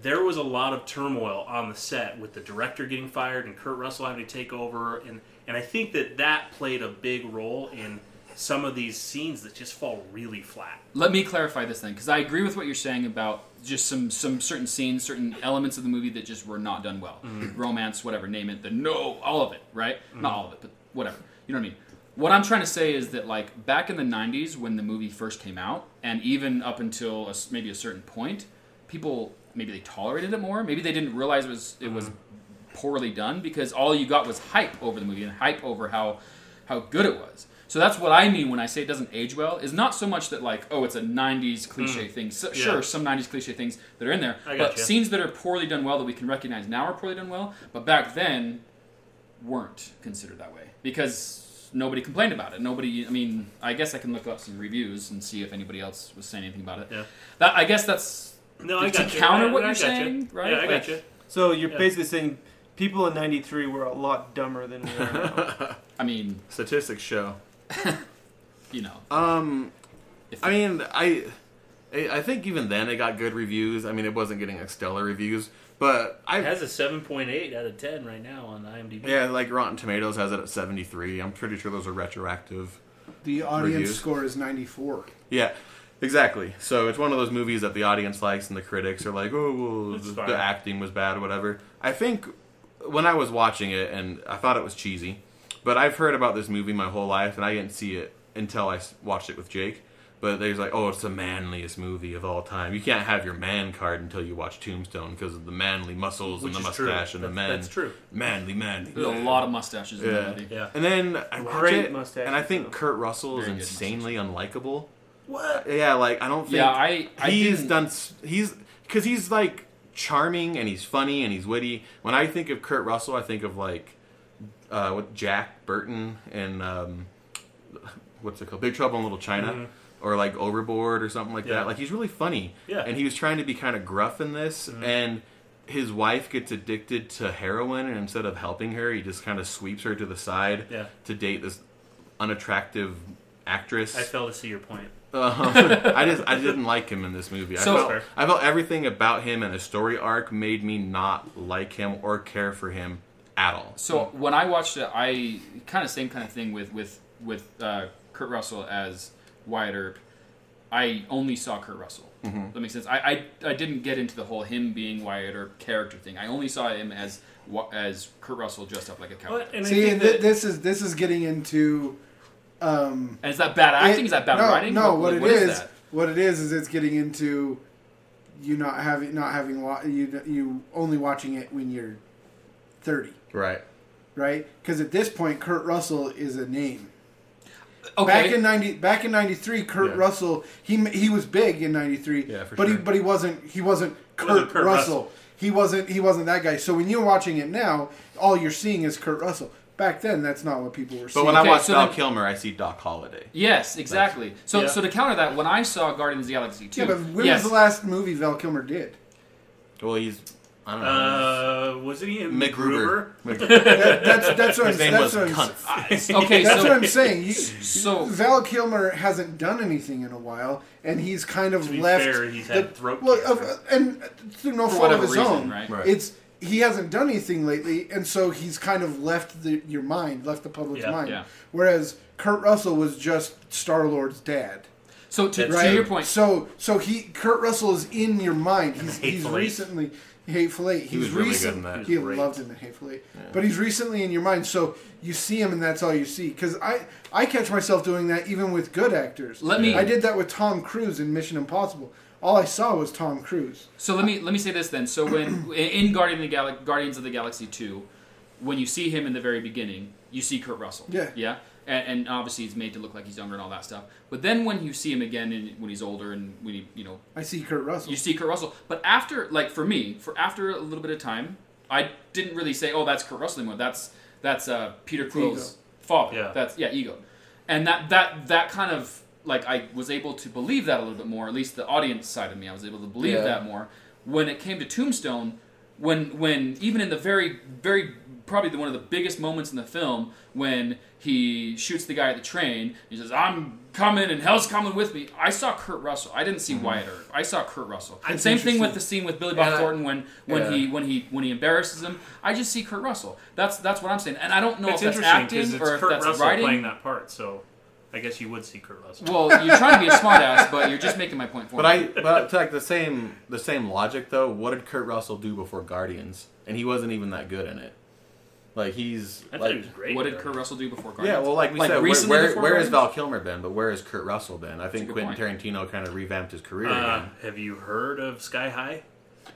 C: There was a lot of turmoil on the set with the director getting fired and Kurt Russell having to take over, and and I think that that played a big role in some of these scenes that just fall really flat.
E: Let me clarify this thing because I agree with what you're saying about just some some certain scenes, certain elements of the movie that just were not done well.
C: Mm-hmm.
E: Romance, whatever, name it. The no, all of it, right? Not all of it, but whatever. You know what I mean? What I'm trying to say is that like back in the '90s when the movie first came out, and even up until a s maybe a certain point, people maybe they tolerated it more. Maybe they didn't realize it was it
C: Mm-hmm.
E: was poorly done because all you got was hype over the movie and hype over how how good it was. So that's what I mean when I say it doesn't age well. Is not so much that like oh it's a '90s cliche thing. So,
C: Mm. yeah.
E: Sure, some '90s cliche things that are in there,
C: I
E: but
C: gotcha.
E: scenes that are poorly done well that we can recognize now are poorly done well, but back then weren't considered that way because nobody complained about it. Nobody. I mean, I guess I can look up some reviews and see if anybody else was saying anything about it.
C: Yeah.
E: That I guess that's
C: No, I
E: To
C: got you.
E: counter
C: I-
E: what
C: I
E: you're
C: got you.
E: saying, right?
C: Yeah, I
E: Like-
C: got you.
B: So you're
C: Yeah.
B: basically saying people in '93 were a lot dumber than we are now.
E: I mean
A: Statistics show.
E: you know
A: Um,
E: If-
A: I mean, I, I I think even then it got good reviews. I mean, it wasn't getting like stellar reviews, but
C: It
A: I
C: has a 7.8 out of 10 right now on IMDb.
A: yeah, like Rotten Tomatoes has it at seventy three. I'm pretty sure those are retroactive.
D: The audience
A: Reviews.
D: score is 94.
A: Yeah, exactly. So it's one of those movies that the audience likes and the critics are like, oh, well,
C: It's
A: the,
C: fine.
A: the acting was bad or whatever. I think when I was watching it, and I thought it was cheesy, but I've heard about this movie my whole life, and I didn't see it until I s- watched it with Jake. But there's like, oh, it's the manliest movie of all time. You can't have your man card until you watch Tombstone because of the manly muscles
C: Which
A: and the
C: is true.
A: mustache and the
C: That's-
A: men.
C: that's true.
A: Manly, manly.
E: There's a lot of mustaches in
A: Yeah.
E: that movie.
C: Yeah.
A: And then I watch
B: Great
A: it,
B: mustache,
A: and I think
B: though.
A: Kurt Russell is
E: Very good
A: insanely unlikable. What? Yeah, like I don't think
E: Yeah, I, I
A: he's
E: didn't-
A: done. s- He's because he's like charming and he's funny and he's witty. When I think of Kurt Russell, I think of like uh, what Jack Burton and um, what's it called, Big Trouble in Little China,
C: Mhm.
A: or like Overboard or something like
C: Yeah.
A: that. Like he's really funny.
C: Yeah. Mm-hmm.
A: And he was trying to be kind of gruff in this, and his wife gets addicted to heroin, and instead of helping her, he just kind of sweeps her to the side
C: Yeah.
A: to date this unattractive actress.
C: I fail to see your point.
A: Um, I just I didn't like him in this movie. I,
E: So-
A: felt, I felt everything about him and his story arc made me not like him or care for him at all.
E: So when I watched it, I kind of same kind of thing with with with uh, Kurt Russell as Wyatt Earp. I only saw Kurt Russell.
D: Mm-hmm.
E: That makes sense. I, I I didn't get into the whole him being Wyatt Earp character thing. I only saw him as wa- as Kurt Russell dressed up like a cowboy.
C: But, and I
D: See,
C: think
D: th-
C: that-
D: this is this is getting into. Um,
E: And is that bad acting?
D: It-
E: Is that bad
D: no,
E: writing?
D: No,
E: Like,
D: what,
E: what
D: it is,
E: that?
D: what it is, is it's getting into you not having not having wa- you you only watching it when you're thirty,
A: Right.
D: right? Because at this point, Kurt Russell is a name.
E: Okay.
D: Back in ninety, back in ninety three, Kurt
A: Yeah.
D: Russell he m- he was big in ninety three,
A: Yeah, for
D: but he
A: sure.
D: but he wasn't he wasn't Kurt,
C: Wasn't Kurt
D: Russell.
C: Russell.
D: He wasn't he wasn't that guy. So when you're watching it now, all you're seeing is Kurt Russell. Back then, that's not what people were
A: But
D: seeing.
A: when
E: okay,
A: I watch
E: so
A: Doc
E: then-
A: Kilmer, I see Doc Holliday.
E: yes, exactly. So
C: Yeah.
E: so to counter that, when I saw Guardians of the Galaxy two,
D: yeah, but when
E: yes,
D: was the last movie Val Kilmer did?
A: Well, he's I don't know.
C: Uh, was it Ian
A: Mick
C: Gruber?
A: Gruber. [LAUGHS] Mick-
D: That- that's that's what
A: His
D: I'm,
A: name was
D: that's what I'm,
A: Cunt.
D: [LAUGHS]
E: okay,
D: that's
E: so
D: what I'm saying. You,
E: So-
D: Val Kilmer hasn't done anything in a while, and he's kind of
C: To be
D: left.
C: fair, he's had throat
D: well,
C: cancer.
D: of- and through no
E: For
D: fault of
E: whatever
D: his
E: reason,
D: own,
E: right?
A: Right.
D: It's he hasn't done anything lately, and so he's kind of left the, your mind, left the public's
C: Yeah,
D: mind.
E: yeah.
D: Whereas Kurt Russell was just Star Lord's dad.
E: so to,
C: That's
E: to
D: Right.
E: your point,
D: So, so he Kurt Russell is in your mind. He's he's
C: Hateful Eight.
D: recently hateful eight. He's
A: was really
D: recent-
A: good in that.
D: He
C: He was great.
D: loved him in hateful eight, but he's recently in your mind. So you see him, and that's all you see. Because I I catch myself doing that even with good actors.
E: Let me-
D: I did that with Tom Cruise in Mission Impossible. All I saw was Tom Cruise.
E: So let me let me say this then. So when in Guardian of the Gal- Guardians of the Galaxy two, when you see him in the very beginning, you see Kurt Russell.
D: Yeah.
E: yeah, and, and obviously he's made to look like he's younger and all that stuff. But then when you see him again in, when he's older and when he you know
D: I see Kurt Russell.
E: you see Kurt Russell. But after like for me, for after a little bit of time, I didn't really say, oh, that's Kurt Russell anymore. That's that's uh, Peter Quill's father.
C: Yeah.
E: That's yeah, ego. And that that that kind of like I was able to believe that a little bit more. At least the audience side of me, I was able to believe
D: Yeah.
E: that more. When it came to Tombstone, when when even in the very very probably the, one of the biggest moments in the film when he shoots the guy at the train he says i'm coming and hell's coming with me i saw kurt russell i didn't see wyatt earp i saw kurt russell
D: That's
E: same thing with
D: interesting.
E: the scene with billy bob
A: Yeah.
E: thornton when when
A: Yeah.
E: he when he when he embarrasses him i just see kurt russell that's that's what i'm saying and i don't know
C: That's
E: if that's
C: interesting because
E: acting
C: it's
E: or if
C: Kurt
E: that's
C: Russell
E: writing
C: playing that part, so I guess you would see Kurt Russell.
E: well you're trying to be a smartass but you're just making my point for
A: But
E: me
A: I but to like the same the same logic though. What did Kurt Russell do before Guardians? And he wasn't even that good in it. Like he's
C: I thought
A: like
C: he was great.
E: what did
C: though.
E: Kurt Russell do before Guardians?
A: Yeah, well, like we
E: Like,
A: said, where,
E: recently
A: where,
E: before
A: where has
E: Guardians?
A: Val Kilmer been? But where has Kurt Russell been? I think
E: That's a good
A: Quentin Tarantino kind of revamped his career
C: Uh,
A: again.
C: have you heard of Sky High?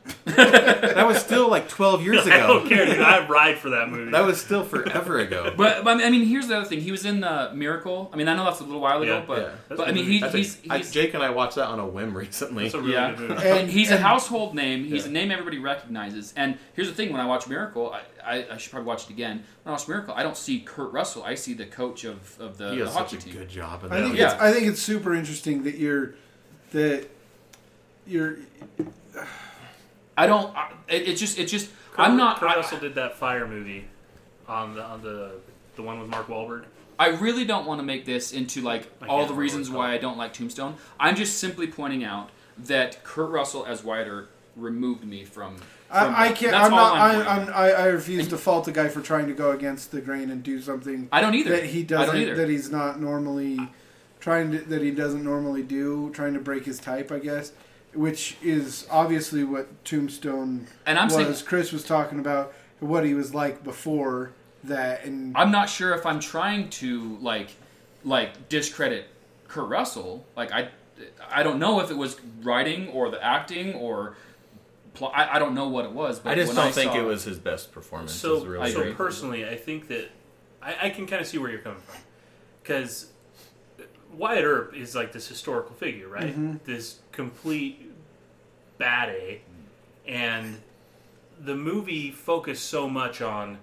C: [LAUGHS]
A: That was still like 12 years
C: I don't
A: ago.
C: care, dude. I ride for that movie.
A: That was still forever ago.
E: [LAUGHS] But, but I mean, here's the other thing. He was in uh, Miracle. I mean, I know that's a little while ago,
C: Yeah,
E: but
A: yeah.
C: That's
E: but I
C: a
E: mean,
C: good
E: he,
A: That's a-
E: he's, he's
A: I- Jake and I watched that on a whim recently.
C: That's a really
E: Yeah.
C: good movie.
E: and he's a household name. He's
A: Yeah.
E: a name everybody recognizes. And here's the thing: when I watch Miracle, I, I, I should probably watch it again. When I watch Miracle, I don't see Kurt Russell. I see the coach of, of the,
A: he
E: the
A: does such
E: hockey
A: a
E: team.
A: good job in
D: I
A: that.
D: think
A: one.
D: it's I think it's super interesting that you're that you're
E: I don't. I, it, it's just. It's just.
C: Kurt,
E: I'm not.
C: Kurt
E: I,
C: Russell did that Fire movie on the on the the one with Mark Wahlberg.
E: I really don't want to make this into like
C: I can't
E: all the
C: remember
E: reasons
C: what it's
E: why I don't like Tombstone. I'm just simply pointing out that Kurt Russell as Wyatt Earp removed me from. from
D: I, I
E: that.
D: can't.
E: That's
D: I'm not.
E: all I'm
D: I,
E: blaming.
D: I'm, I I refuse to fault a guy for trying to go against the grain and do something
E: I don't either.
D: that he
E: I don't either.
D: doesn't. That he's not normally trying to. That he doesn't normally do. Trying to break his type, I guess, which is obviously what Tombstone
E: and I'm
D: was.
E: saying
D: Chris was talking about what he was like before that, and
E: I'm not sure if I'm trying to like like discredit Kurt Russell. Like I I don't know if it was writing or the acting or pl- I, I don't know what it was. But
A: I just
E: when
A: don't
E: I
A: think
E: saw-
A: it was his best performance. is
C: So,
E: I
A: really
E: agree.
C: so personally, I think that I, I can kind of see where you're coming from because Wyatt Earp is like this historical figure, right? This complete bad A, and the movie focused so much on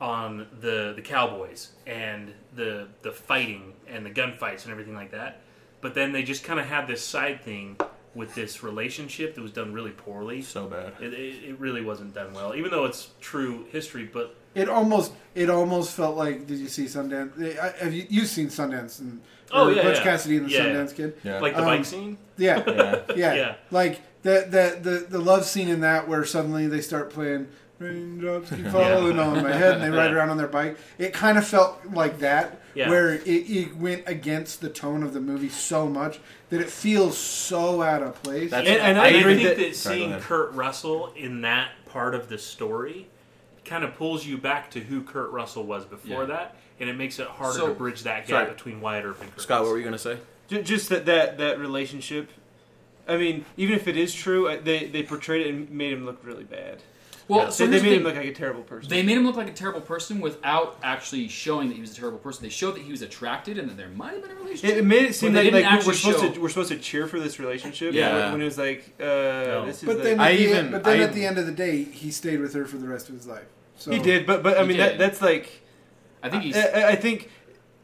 C: on the the cowboys and the the fighting and the gunfights and everything like that. But then they just kind of had this side thing with this relationship that was done really poorly.
A: so bad.
C: It, it, it really wasn't done well, even though it's true history. But
D: it almost it almost felt like. Did you see Sundance? Eh, I- Have you you've seen Sundance and
C: Oh,
D: or
C: yeah,
D: Butch
C: yeah.
D: Cassidy and the
C: Yeah, yeah.
D: Sundance Kid?
A: Yeah.
C: like the
D: Um,
C: bike scene,
D: Yeah.
A: yeah.
C: [LAUGHS]
D: Yeah.
C: Yeah.
D: Like the, the the the love scene in that where suddenly they start playing
C: [LAUGHS]
D: raindrops keep falling on my head and they ride
C: Yeah.
D: around on their bike. It kind of felt like that
C: Yeah.
D: where it, it went against the tone of the movie so much that it feels so out of place.
A: That's-
C: and, and I,
A: I agree
C: think that,
A: that- Sorry, go
C: seeing
A: ahead.
C: Kurt Russell in that part of the story kind of pulls you back to who Kurt Russell was before
E: Yeah.
C: that, and it makes it harder
E: So-
C: to bridge that gap
A: sorry.
C: between Wyatt Earp and Kurt.
A: Scott, what
C: Russell.
A: were you gonna say?
B: Ju- just that that that relationship. I mean, even if it is true, I- they they portrayed it and made him look really bad.
E: well.
B: They-
E: So
B: they,
E: here's the
B: made him
E: thing.
B: look like a terrible person.
E: They made him look like a terrible person without actually showing that he was a terrible person. They showed that he was attracted and that there might have been a relationship.
B: it, it made it seem
E: But they
B: like,
E: didn't
B: like we're
E: actually
B: supposed
E: show-
B: to we're supposed to cheer for this relationship.
A: Yeah.
B: When, when it was like, uh, this is
D: but
B: the-
D: then,
A: I
D: at the,
A: even-
D: but then
A: I-
D: at the end of the day, he stayed with her for the rest of his life. So
B: he did. But but I
E: He
B: mean
E: did.
B: that that's like
E: I think he's.
B: I, I- I think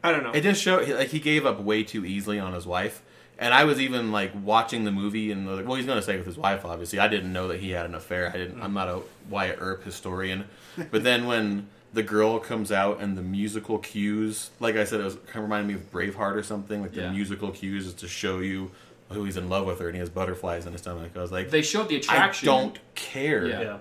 B: I don't know.
A: It just showed like he gave up way too easily on his wife, and I was even like watching the movie and like, well, he's gonna stay with his wife. Obviously, I didn't know that he had an affair. I didn't. I'm not a Wyatt Earp historian, but then when the girl comes out and the musical cues, like I said, it was kind of reminded me of Braveheart or something. Like
E: Yeah.
A: the musical cues is to show you who he's in love with her, and he has butterflies in his stomach. I was like,
E: they showed the
A: I
E: attraction.
A: don't care.
E: Yeah.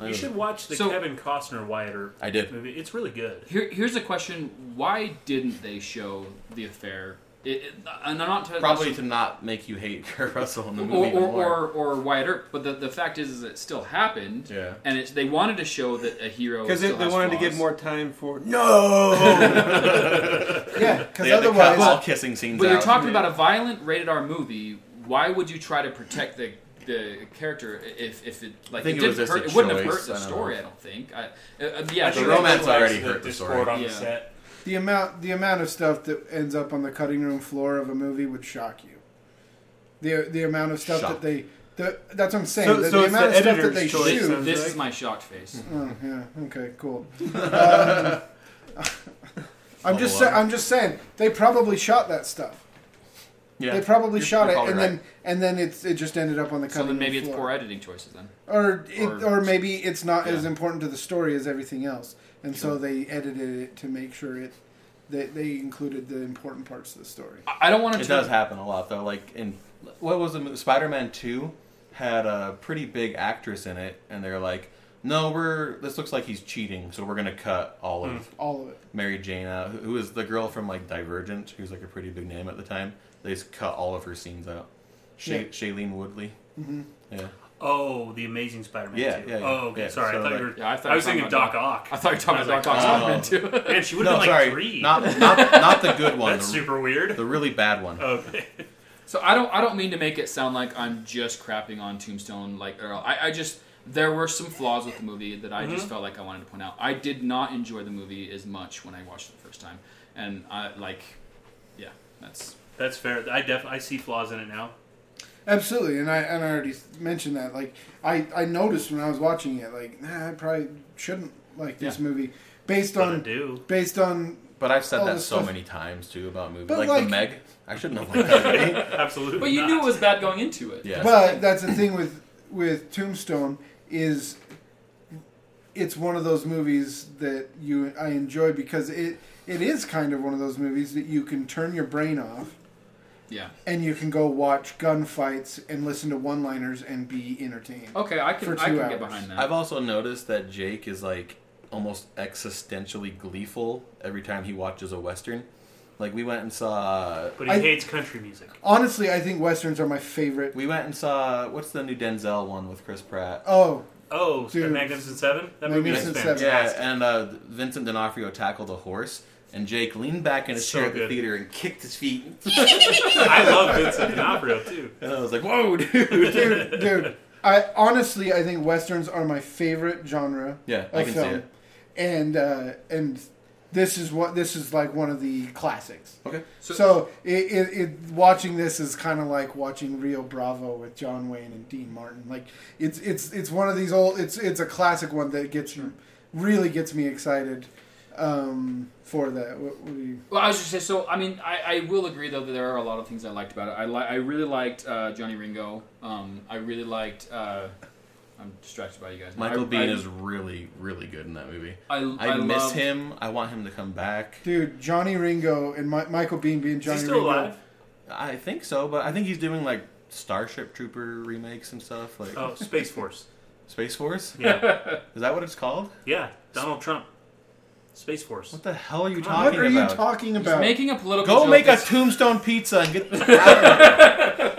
C: Yeah, you should watch the
E: So-
C: Kevin Costner Wyatt Earp
A: I did.
C: movie. It's really good.
E: Here, here's a question: Why didn't they show the affair? It, it, and I'm not t-
A: Probably to not make you hate [LAUGHS] Kurt Russell in the movie.
E: or,
A: even
E: or,
A: more.
E: or, or Wyatt Earp. But the, the fact is, is it still happened.
A: Yeah.
E: And it's, they wanted to show that a hero
B: because they,
E: still
B: they
E: has
B: wanted to give
E: flaws.
B: more time for
A: [LAUGHS] no. [LAUGHS]
D: Yeah, because
A: they had to cut
D: otherwise,
A: all kissing scenes.
E: But you're
A: out.
E: talking about a violent rated R movie. Why would you try to protect the the character if, if it like
A: I think
E: it,
A: it was
E: didn't
A: just
E: hurt,
A: a
E: it wouldn't have
A: choice,
E: hurt the
A: I don't
E: story?
A: know.
E: I don't think. I, uh, yeah,
A: The
E: sure.
A: romance
C: I
A: already
C: realized
A: hurt the
C: discord
A: story.
C: on
E: Yeah.
C: the set.
D: the amount the amount of stuff that ends up on the cutting room floor of a movie would shock you. The the amount of stuff
A: Shock.
D: that they the, that's what I'm saying.
B: So-
D: the,
B: so
D: the
B: it's
D: amount
B: the
D: of stuff that
B: editor's
D: they
B: choice,
D: shoot.
B: so-
E: This
B: Right?
E: is my shocked face.
D: Oh, yeah. Okay.
B: [LAUGHS]
D: Cool. Um, [LAUGHS]
E: Oh,
D: I'm just sa-
A: Follow up.
D: I'm just saying they probably shot that stuff.
A: Yeah.
D: They probably
A: You're-
D: shot
A: you're
D: it,
A: probably
D: and
A: right.
D: then and then it's it just ended up on the
E: So
D: cutting
E: then maybe
D: room
E: it's
D: floor.
E: poor editing choices then.
D: or it,
E: Or-
D: or maybe it's not
E: Yeah.
D: as important to the story as everything else, and so
E: Sure.
D: they edited it to make sure it that they included the important parts of the story.
E: I, I don't want to.
A: It does happen a lot though. Like in what was the Spider Man Two had a pretty big actress in it, and they're like, "No, we're this looks like he's cheating, so we're gonna cut all of
D: All of it.
A: Mary Jane out, who who is the girl from like Divergent, who's like a pretty big name at the time. They just cut all of her scenes out. Sha-
D: Yeah.
A: Shailene Woodley. Mm-hmm. Yeah.
C: Oh, the Amazing Spider-Man.
A: Yeah,
C: 2.
A: yeah, yeah.
C: Oh, okay.
A: Yeah,
C: Sorry,
A: so
C: I thought you
A: like-
C: were.
E: Yeah, I thought
C: I was
E: you were
C: thinking
E: talking
C: Doc
E: about
C: Ock.
E: I thought you were talking
C: I [LAUGHS]
E: about
C: was
E: Doc Ock's
A: oh.
E: Spider-Man too.
C: Man, she would
A: No,
C: have been like
A: sorry,
C: three.
A: not
C: [LAUGHS]
A: not not the good one.
C: That's
A: The,
C: super Oh. weird.
A: the really bad one.
C: Okay.
E: So I don't I don't mean to make it sound like I'm just crapping on Tombstone like Earl. I, I just there were some flaws with the movie that I
A: Mm-hmm.
E: just felt like I wanted to point out. I did not enjoy the movie as much when I watched it the first time, and I like, yeah, that's
C: That's fair. I def I see flaws in it now.
D: Absolutely, and I and I already mentioned that. Like I, I noticed when I was watching it, like nah, I probably shouldn't like this
E: Yeah.
D: movie based
C: But I
D: on
C: do. [LAUGHS]
D: based on
A: But I've said
D: all
A: that
D: this
A: so
D: Oh, stuff.
A: many times too about movies,
D: But,
A: like,
D: like-
A: the Meg. I shouldn't
D: [LAUGHS]
A: have liked that movie.
C: Absolutely.
E: but you
C: not.
E: knew it was bad going into it.
A: Yeah.
D: but that's the thing with with Tombstone is it's one of those movies that you I enjoy because it it is kind of one of those movies that you can turn your brain off
E: Yeah.
D: and you can go watch gunfights and listen to one-liners and be entertained.
C: Oh.
E: Okay, I
D: For
E: can I
D: two
E: can
D: hours.
E: get behind that.
A: I've also noticed that Jake is like almost existentially gleeful every time he watches a western. Like we went and saw
C: But he
D: I-
C: hates country music.
D: Honestly, I think westerns are my favorite.
A: we went and saw what's the new Denzel one with Chris Pratt.
D: Oh,
C: Oh,
D: Dude.
C: The Magnificent Seven? That movie is
D: Magnificent
C: fantastic.
D: Seven.
A: Yeah, and uh, Vincent D'Onofrio tackled a horse, and Jake leaned back in his
C: So
A: chair at the
C: good.
A: theater and kicked his feet. [LAUGHS]
C: I love Vincent D'Onofrio, too.
A: And I was like, "Whoa,
D: [LAUGHS]
A: dude!"
D: dude, dude. I honestly, I think westerns are my favorite genre.
A: Yeah,
D: of
A: I can see
D: film.
A: it.
D: And uh, and this is what this is like one of the classics.
A: Okay.
D: So, it, it, it watching this is kind of like watching Rio Bravo with John Wayne and Dean Martin. Like it's it's it's one of these old. It's it's a classic one that gets really gets me excited um, for that. What, what do you,
E: Well, I was just saying. So, I mean, I, I will agree though that there are a lot of things I liked about it. I li- I really liked uh, Johnny Ringo. Um, I really liked. Uh, I'm distracted by you guys. now.
A: Michael
E: I,
A: Bean
E: I,
A: is really, really good in that movie.
E: I,
A: I,
E: I
A: miss
E: loved-
A: him. I want him to come back.
D: dude? Johnny Ringo and Mi- Michael Bean being
C: Is he
D: Johnny
C: still
D: Ringo.
C: alive?
A: I think so, but I think he's doing like Starship Trooper remakes and stuff, like
C: Oh, Space Force.
A: Space Force.
E: [LAUGHS]
C: Yeah.
A: Is that what it's called?
C: Yeah. Donald Trump. Space Force.
A: What the hell are you
C: Come on,
A: talking
D: What are you
A: about?
D: talking
E: He's
D: about?
E: making a political.
A: Go
E: joke
A: make a [LAUGHS]
E: that's-
A: tombstone pizza and
D: [LAUGHS]
A: get the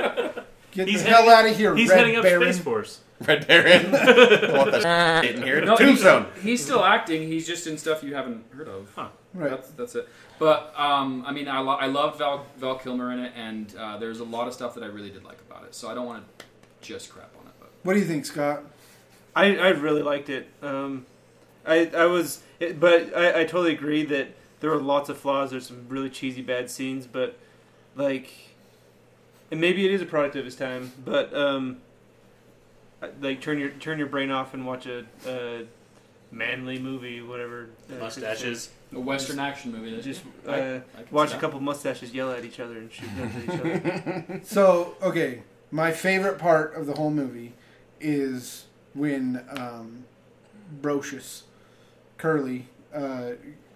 D: Get
C: He's
D: the hell
C: heading-
D: out of here,
C: He's
D: Red
C: heading up
D: Baron.
C: Space Force.
A: Red
D: [LAUGHS]
A: Baron. I want that shit in here.
E: No, he's,
A: tombstone.
E: he's still acting. He's just in stuff you haven't heard of.
D: Right.
E: That's, that's it. But um, I mean, I, lo- I love Val, Val Kilmer in it, and uh, there's a lot of stuff that I really did like about it. So I don't want to just crap on it. But
D: What do you
A: [LAUGHS]
D: think, Scott?
B: I, I really liked it. Um, I I was, it, but I, I totally agree that there were lots of flaws. There's some really cheesy bad scenes, but like, and maybe it is a product of his time. But um, I- like turn your turn your brain off and watch a, a manly movie, whatever. uh,
C: Mustaches.
E: a Western action movie. That
B: Just
E: I-
B: uh,
E: I can see
B: watch a
E: that.
B: couple mustaches yell at each other and shoot guns at each other.
D: So, okay, my favorite part of the whole movie is when um, Brocious Curly uh,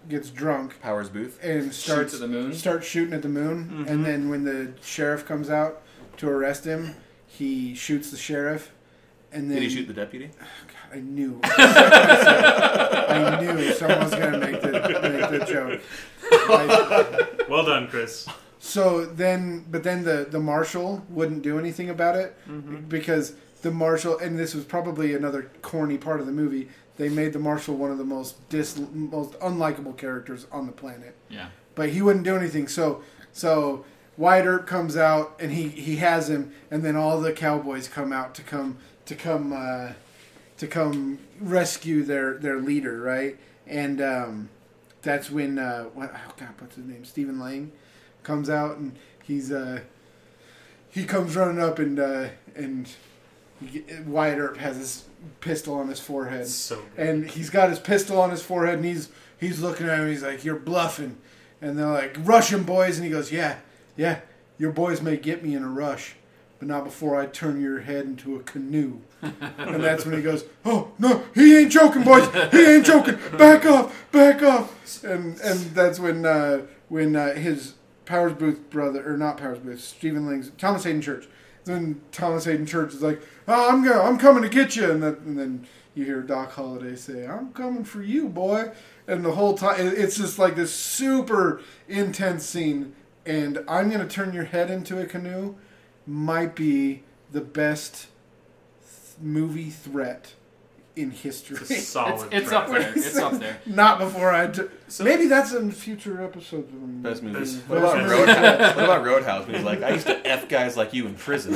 D: gets drunk
A: Powers Booth.
D: and
E: Shoot
D: starts
E: to the moon.
D: starts shooting at the moon,
C: Mm-hmm.
B: Mhm.
D: and then when the sheriff comes out to arrest him, he shoots the sheriff, and then
A: Did he shoot the deputy?
D: God, I knew. [LAUGHS] I knew someone was gonna make the make the
A: [LAUGHS]
D: joke. I-
C: Well done, Chris.
D: So then, but then the the marshal wouldn't do anything about it
B: Mm-hmm.
D: because the marshal, and this was probably another corny part of the movie. They made the marshal one of the most dis most unlikable characters on the planet,
E: Yeah.
D: but he wouldn't do anything. So so Wyatt Earp comes out and he he has him, and then all the cowboys come out to come to come uh, to come rescue their their leader, right? And um, that's when uh, what oh god, what's his name? Stephen Lang comes out and he's uh, he comes running up and uh, and he get- Wyatt Earp has his pistol on his forehead
C: That's so good.
D: and he's got his pistol on his forehead and he's he's looking at him he's like you're bluffing and they're like rush him boys and he goes yeah yeah your boys may get me in a rush but not before i turn your head into a canoe and that's when he goes oh no he ain't joking boys he ain't joking back off back off and and that's when uh when uh, his powers booth brother or not powers booth stephen ling's thomas hayden church then thomas hayden church is like oh, i'm going i'm coming to get you and, that, and then you hear Doc Holliday say, "I'm coming for you, boy," and the whole time it's just like this super intense scene. And I'm gonna turn your head into a canoe. Might be the best th- movie threat in
C: It's a
D: history.
E: It's,
C: solid.
E: it's
C: track.
E: up there. Oh, It's up there.
D: [LAUGHS] Not before I. Do-
C: So-
D: Maybe that's in future episodes. when-
A: Best movie.
C: Best-
A: What about
D: best movie.
A: Roadhouse? what about Roadhouse? He's like, I used to f guys like you in
D: [LAUGHS]
A: prison.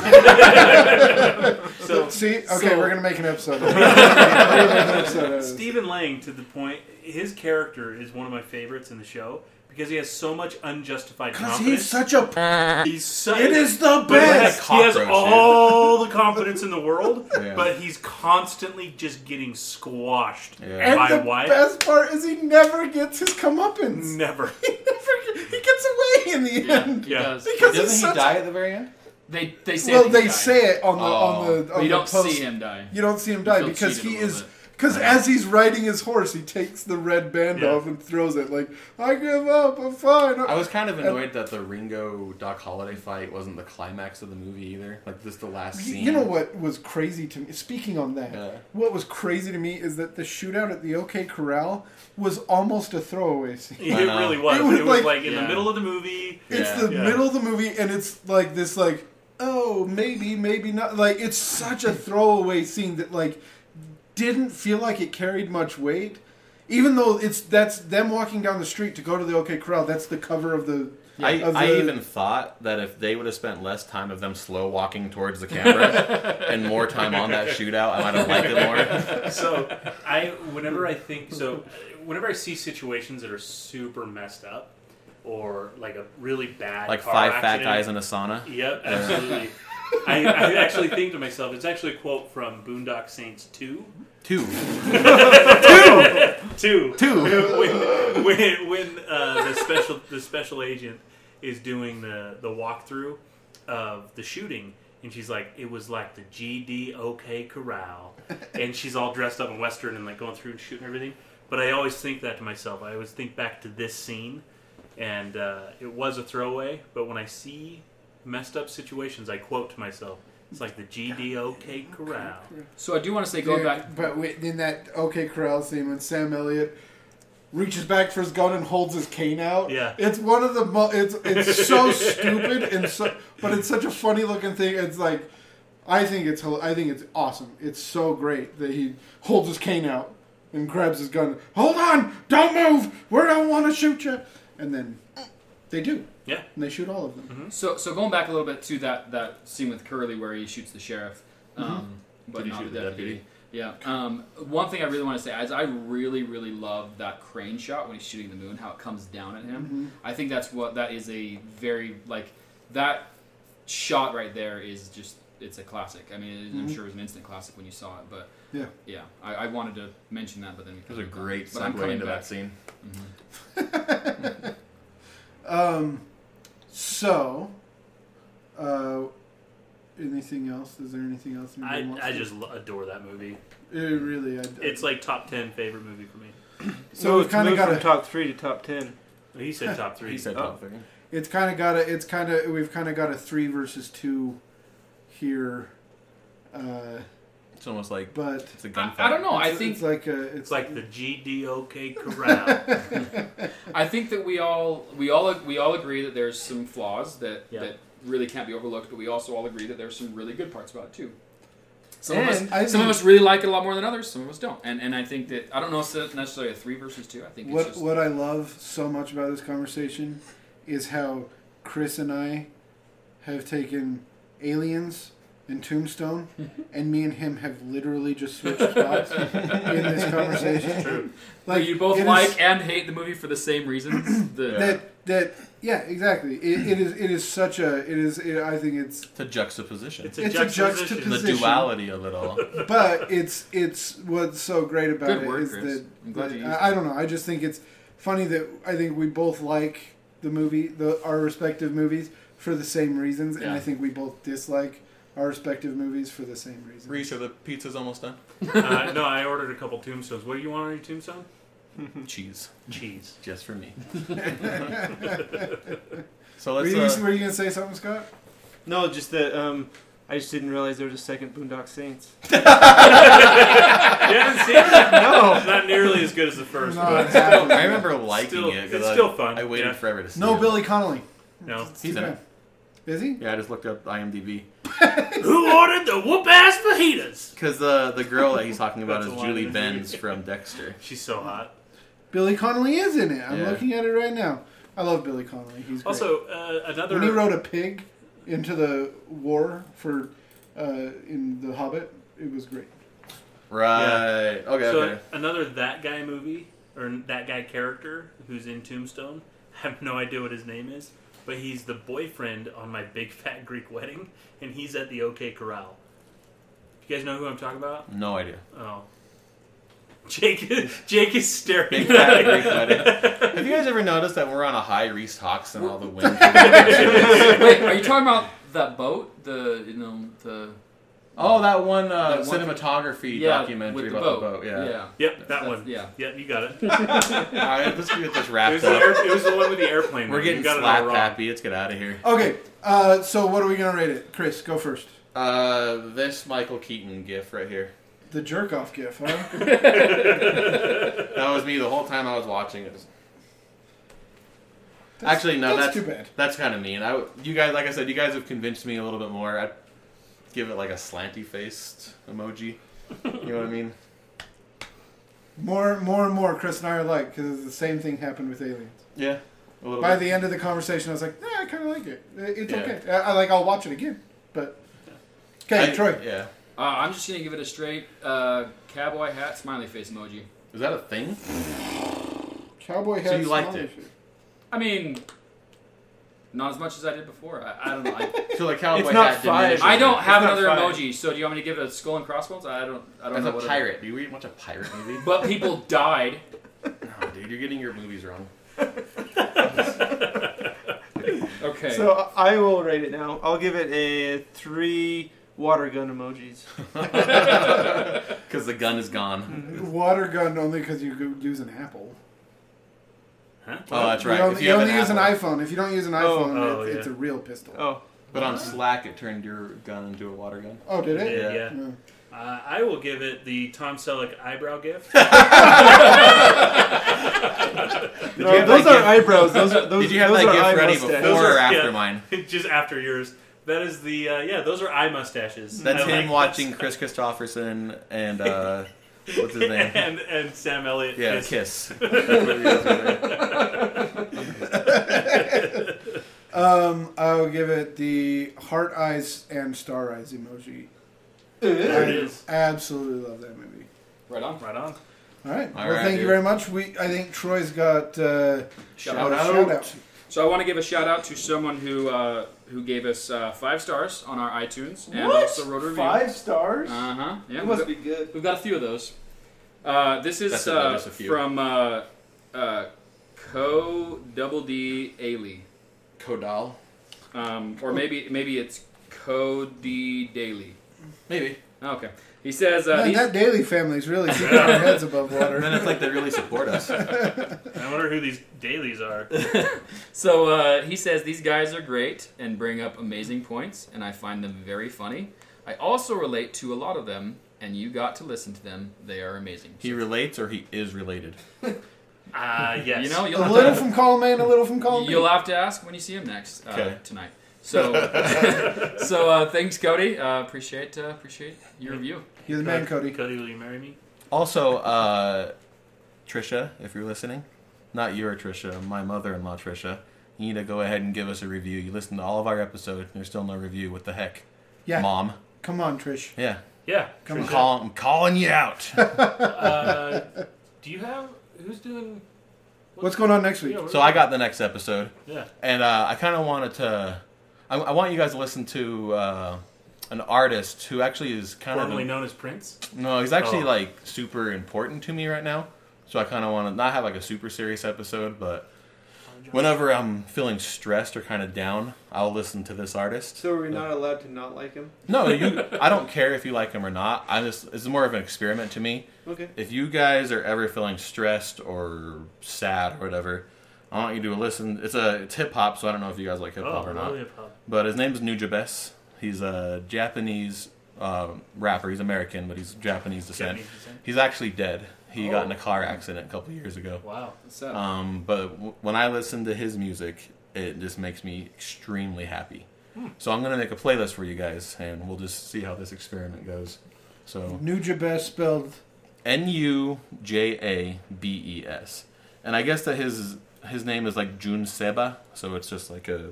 C: So
D: See, okay,
C: so-
D: we're gonna make an episode. We're gonna make an episode out of this.
C: Stephen Lang, to the point, his character is one of my favorites in the show because he has so much unjustified
D: Cause
C: confidence.
D: he's such a.
C: He's so,
D: It is the
C: But like,
D: best.
C: he has
A: Cockroach, dude.
C: all the confidence in the world,
A: [LAUGHS] Yeah.
C: but he's constantly just getting squashed
A: Yeah.
D: And
C: by
D: the
C: Wyatt.
D: best part is he never gets his
A: [LAUGHS]
D: comeuppance.
C: Never.
D: [LAUGHS] he never- he gets away in the
E: Yeah,
D: end
E: he
C: Yeah.
E: does.
D: because it's
A: Doesn't he
D: such.
A: die at the very end?
E: They they say
D: well,
E: that
D: they
E: he died,
D: say it on the
A: Oh.
D: on the.
E: but
D: On
E: you
D: the
E: don't
D: post.
E: see him die.
D: You don't see him
E: You
D: die
E: feel
D: because
E: cheated a
D: he
E: little
D: is
E: bit.
D: Because as he's riding his horse, he takes the red band
C: Yeah.
D: off and throws it. Like, I give up. I'm fine.
A: I was kind of annoyed that the Ringo Doc Holiday fight wasn't the climax of the movie either. Like just the last
D: You-
A: scene.
D: You know what was crazy to me? Speaking on that,
A: Yeah.
D: what was crazy to me is that the shootout at the OK Corral was almost a throwaway scene.
A: I
C: It
A: know.
C: really was.
D: It
C: It
D: was
C: was,
D: like-
C: like, in
E: Yeah.
C: the middle of the movie.
D: It's
A: Yeah.
D: the
C: Yeah.
D: middle of the movie, and it's like this, like oh maybe, maybe not. Like it's such a throwaway scene that like didn't feel like it carried much weight, even though it's that's them walking down the street to go to the OK Corral. That's the cover of the.
A: I,
D: of
A: I
D: the-
A: even thought that if they would have spent less time of them slow walking towards the camera and more time on that shootout, I might have liked it more.
C: so I whenever I think
D: [LAUGHS]
C: so whenever I see situations that are super messed up or like a really bad
A: Like
C: car
A: five fat
C: accident,
A: guys in a sauna.
C: Yep, absolutely. I, I actually think to myself, it's actually a quote from Boondock Saints 2.
A: Two.
C: 2. 2. [LAUGHS] when when, when uh, the special the special agent is doing the, the walkthrough of the shooting, and she's like, it was like the GDOK Corral. And she's all dressed up in Western and like going through and shooting everything. But I always think that to myself. I always think back to this scene, and uh, it was a throwaway, but when I see messed up situations, I quote to myself, it's like the GDOK Corral.
E: So I do want to say, going
D: Dude,
E: back,
D: But wait, in that OK Corral scene when Sam Elliott reaches back for his gun and holds his cane out.
C: Yeah.
D: It's one of the mo- it's it's so [LAUGHS] stupid and so but it's such a funny looking thing. It's like I think it's hil- I think it's awesome. It's so great that he holds his cane out and grabs his gun. Hold on, don't move. We don't want to shoot you. And then they do.
C: Yeah.
D: And they shoot all of them.
E: so so going back a little bit to that that scene with Curly where he shoots the sheriff, um,
A: Did
E: but
A: he
E: not
A: shoot
E: the
A: the
E: deputy. Yeah. Um, one thing I really want to say is I really really love that crane shot when he's shooting the moon, how it comes down at him.
D: Mm-hmm.
E: I think that's what that is a very like that shot right there is just it's a classic. I mean, I'm sure it was an instant classic when you saw it, but
D: Mm-hmm. Yeah.
E: yeah, I, I wanted to mention that, but then we
A: It was a great
E: But I'm
A: segue
E: coming
A: into
E: back.
A: that scene.
D: Um, so, uh, anything else? Is there anything else? anybody
C: I,
D: wants
C: I
D: to-
C: just lo- adore that movie.
D: It really. I,
C: It's like top 10 favorite movie for me.
D: so
B: Move-
D: it's kind of
B: move
D: got
B: from
D: a.
B: top three to top ten.
C: He said top three.
A: He said
B: Oh.
A: top three.
D: it's kind of got a. It's kind of we've kind of got a three versus two here. Uh,
A: It's almost like
D: but
A: it's a
E: I,
A: gunfight.
E: I don't know. I
D: it's-
E: think
D: it's like a.
C: It's like the GDOK corral.
E: I think that we all we all we all agree that there's some flaws that
C: Yeah.
E: that really can't be overlooked, but we also all agree that there's some really good parts about it too. Some of
D: And
E: us,
D: I
E: some of
D: think-
E: us really like it a lot more than others. Some of us don't, and and I think that I don't know if it's necessarily a three versus two. I think it's
D: What
E: just
D: what I love so much about this conversation is how Chris and I have taken aliens and
E: [LAUGHS]
D: tombstone, and me and him have literally just switched spots in this conversation.
E: like you both
D: it is-
E: like and hate the movie for the same reasons.
D: [CLEARS THROAT]
E: The,
D: that. That yeah, exactly. It, it is it is such a it is it, I think it's
A: It's a juxtaposition.
C: It's a
D: It's a
C: juxtaposition.
A: the
D: juxtaposition.
A: duality of it all.
D: but it's it's what's so great about it
E: Good
D: is
E: word, Chris.
D: that
E: I'm glad
D: that-
E: you used
D: I, I
E: it.
D: don't know. I just think it's funny that I think we both like the movie, the our respective movies for the same reasons, and
E: Yeah.
D: I think we both dislike our respective movies for the same reasons.
A: Reese, are the pizza's almost [LAUGHS] done?
C: uh, no, I ordered a couple tombstones. What do you want on your tombstone?
A: Cheese.
C: [LAUGHS] Cheese.
A: Just for [LAUGHS] me. so
D: Were
A: let's.
D: you,
A: Uh,
D: were you gonna say something, Scott?
B: No, just that um, I just didn't realize there was a second Boondock Saints.
C: You haven't seen it?
B: No,
C: Not nearly as good as the first,
D: No,
C: but
D: it's happening.
A: [LAUGHS] I remember liking
C: Still-
A: it. 'cause
C: it's
A: I,
C: still fun,
A: I waited
C: yeah.
A: forever to see
D: [LAUGHS] No
A: it.
D: Billy Connolly.
C: no.
A: He's in it.
D: Is he?
A: Yeah, I just looked up IMDb.
C: Who ordered the whoop ass fajitas?
A: Because uh, the girl that he's talking about
C: That's
A: is
C: a line
A: Julie
C: in the movie.
A: Benz from
C: [LAUGHS]
A: Dexter.
C: She's so hot.
D: Billy Connolly is in it. I'm
A: Yeah.
D: looking at it right now. I love Billy Connolly. He's great.
C: Also, uh, another.
D: when he rode a pig into the war for uh, in the Hobbit, it was great.
A: Right. Okay,
C: so
A: okay.
C: another that guy movie or that guy character who's in Tombstone. [LAUGHS] I have no idea what his name is, but he's the boyfriend on my big fat Greek wedding, and he's at the OK Corral. You guys know who I'm talking about?
A: No idea.
C: Oh, Jake. [LAUGHS] Jake is staring.
A: Big fat Greek wedding. Have you guys ever noticed that we're on a high Reese talks and all the wind?
E: [LAUGHS] Wait, are you talking about that boat? The you know the
A: Oh, that one uh,
E: That one-
A: cinematography
E: Yeah,
A: documentary
E: with the
A: about
E: boat.
A: the boat. Yeah.
C: [LAUGHS] Yep, that
E: That's-
C: one.
E: yeah.
C: Yep, you got it.
A: All right, let's get
C: [LAUGHS]
A: this
C: It
A: wrapped
C: was, the
A: up.
C: air, it was the one with the airplane.
A: We're
C: one.
A: getting
C: you got it
A: slap
C: all wrong.
A: happy. Let's get out of here.
D: Okay, uh, so what are we gonna rate it? Chris, go first.
A: Uh, this Michael Keaton gif right here.
D: The jerk off gif, [LAUGHS] huh?
A: That was me the whole time I was watching it. Actually, no,
D: that's
A: that's
D: too bad.
A: That's kind of mean. I, you guys, like I said, you guys have convinced me a little bit more. I'd give it like a slanty faced emoji. You know what I mean?
D: More, more and more, Chris and I are like because the same thing happened with aliens.
A: Yeah. A little
D: By
A: bit.
D: the end of the conversation, I was like, "Yeah, I kind of like it. It's
A: Yeah.
D: okay. I, I like. I'll watch it again." But okay,
A: I-
D: Troy.
A: Yeah.
E: Uh, I'm just gonna give it a straight uh, cowboy hat smiley face emoji.
A: Is that a thing?
D: Cowboy hat.
A: So you liked
D: smiley
A: it.
D: face.
E: I mean, not as much as I did before. I, I don't know.
A: [LAUGHS]
E: I,
A: So the cowboy
B: It's not
A: hat
B: five.
A: diminishes
E: I don't
B: It's
E: have
B: not
E: another
B: fine.
E: emoji, so do you want me to give it a skull and crossbones? I don't. I
A: it.
E: don't
A: As
E: know.
A: a
E: what it-
A: pirate, do you even watch a pirate movie?
E: but people died.
A: no, dude, you're getting your movies wrong.
E: Okay.
B: So I- I will rate it now. I'll give it a three water gun emojis.
A: Because the gun is
D: Mm-hmm.
A: gone.
D: Water gun only because you go- use an Apple.
A: Oh, that's right.
D: You only,
A: If
D: you
A: have
D: only use an
A: Apple.
D: iPhone. If you don't use an
B: Oh,
D: iPhone,
C: oh,
D: it-
C: yeah.
D: it's a real pistol. Oh,
B: [LAUGHS] Oh,
A: But on Slack, it turned your gun into a water gun.
D: oh, did
C: Yeah.
D: it?
A: Yeah.
C: yeah.
D: Yeah.
C: Uh, I will give it the Tom Selleck
A: [LAUGHS]
C: eyebrow gift.
A: Did
B: no,
A: you have
B: those
A: that
B: are eyebrows. Those are those.
A: gift, did you have
B: those
A: that
B: are eye
A: gift ready
B: mustache.
A: before
C: Those
A: or
C: are-
A: after
C: yeah.
A: mine?
C: just after yours. That is the uh, yeah. Those are eye mustaches.
A: That's
C: I
A: him
C: like
A: watching Chris Christopherson and uh, what's
C: [LAUGHS]
A: his name?
C: and and Sam Elliott.
A: Yeah,
C: is-
A: [LAUGHS] kiss.
D: Um, I'll give it the heart eyes and star eyes emoji.
C: There
D: I
C: it is.
D: Absolutely love that movie.
E: right on.
C: Right on.
D: All right.
A: All
D: well,
A: right,
D: thank you
A: dude.
D: very much. We I think Troy's got uh,
E: Shout
D: a
E: out.
D: shout out.
E: So I want to give a shout out to someone who uh, who gave us uh, five stars on our iTunes and
B: What?
E: also wrote a review.
B: stars.
E: Uh huh. Yeah.
B: It
E: we've
B: must
E: got-
B: be good.
E: We've got a few of those. Uh, this is
A: That's a-
E: uh,
A: that's a few.
E: from uh, uh, Co Double D Ailey,
A: Kodal?
E: um, or maybe maybe it's Co D Daily.
A: Maybe.
E: Okay. He says uh,
D: Man,
E: these,
D: that Daily family's really keeping our heads
A: [LAUGHS]
D: above
A: And then
D: water.
A: it's like they really support us.
C: I wonder who these
A: [LAUGHS]
C: dailies are.
E: so uh, he says these guys are great and bring up amazing points, and I find them very funny. I also relate to a lot of them, and you got to listen to them. They are amazing.
A: He relates or he is related.
C: Ah, yes.
E: You know, you'll
D: a
E: have,
D: little
E: to,
D: from column A and a little from column B.
E: you'll have to ask when you see him next uh,
A: Okay.
E: tonight. So, so uh, thanks, Cody. Uh, appreciate uh, appreciate your review.
D: You're the man, Cody.
C: Cody, will you marry me?
A: Also, uh, Trisha, if you're listening, not your Trisha, my mother-in-law Trisha, you need to go ahead and give us a review. You listened to all of our episodes, and there's still no review. What the heck,
D: Yeah.
A: mom?
D: Come on, Trish.
A: Yeah,
C: Yeah.
D: Come
A: I'm,
D: on.
C: Trisha.
A: call- I'm calling you
D: [LAUGHS]
A: out.
C: Uh, do you have who's doing?
D: What's going on next week?
C: yeah, what-
A: so I got the next episode.
C: Yeah.
A: and uh, I kind of wanted to. I, I want you guys to listen to uh, an artist who actually is kind of
C: Formerly known as Prince.
A: no, he's actually
C: Oh.
A: like super important to me right now. So I kind of want to not have like a super serious episode, but whenever I'm feeling stressed or kind of down, I'll listen to this artist.
B: So are we not allowed to not like him?
A: No, you. I don't care if you like him or not. I just it's more of an experiment to me.
B: Okay.
A: If you guys are ever feeling stressed or sad or whatever, I want you to listen. It's a it's hip hop, so I don't know if you guys like hip hop
C: oh,
A: or not.
C: Lollipop.
A: But his name's Nujabes. He's a Japanese um rapper. He's American, but he's Japanese descent.
C: Japanese descent.
A: He's actually dead. He got
E: Oh.
A: in a car accident a couple years ago.
C: Wow.
E: What's up?
A: Um, but w- when I listen to his music, it just makes me extremely happy.
C: Hmm.
A: So I'm gonna make a playlist for you guys, and we'll just see how this experiment goes. So
D: Nujabes spelled
A: N U J A B E S, and I guess that his his name is like Jun Seba, so it's just like a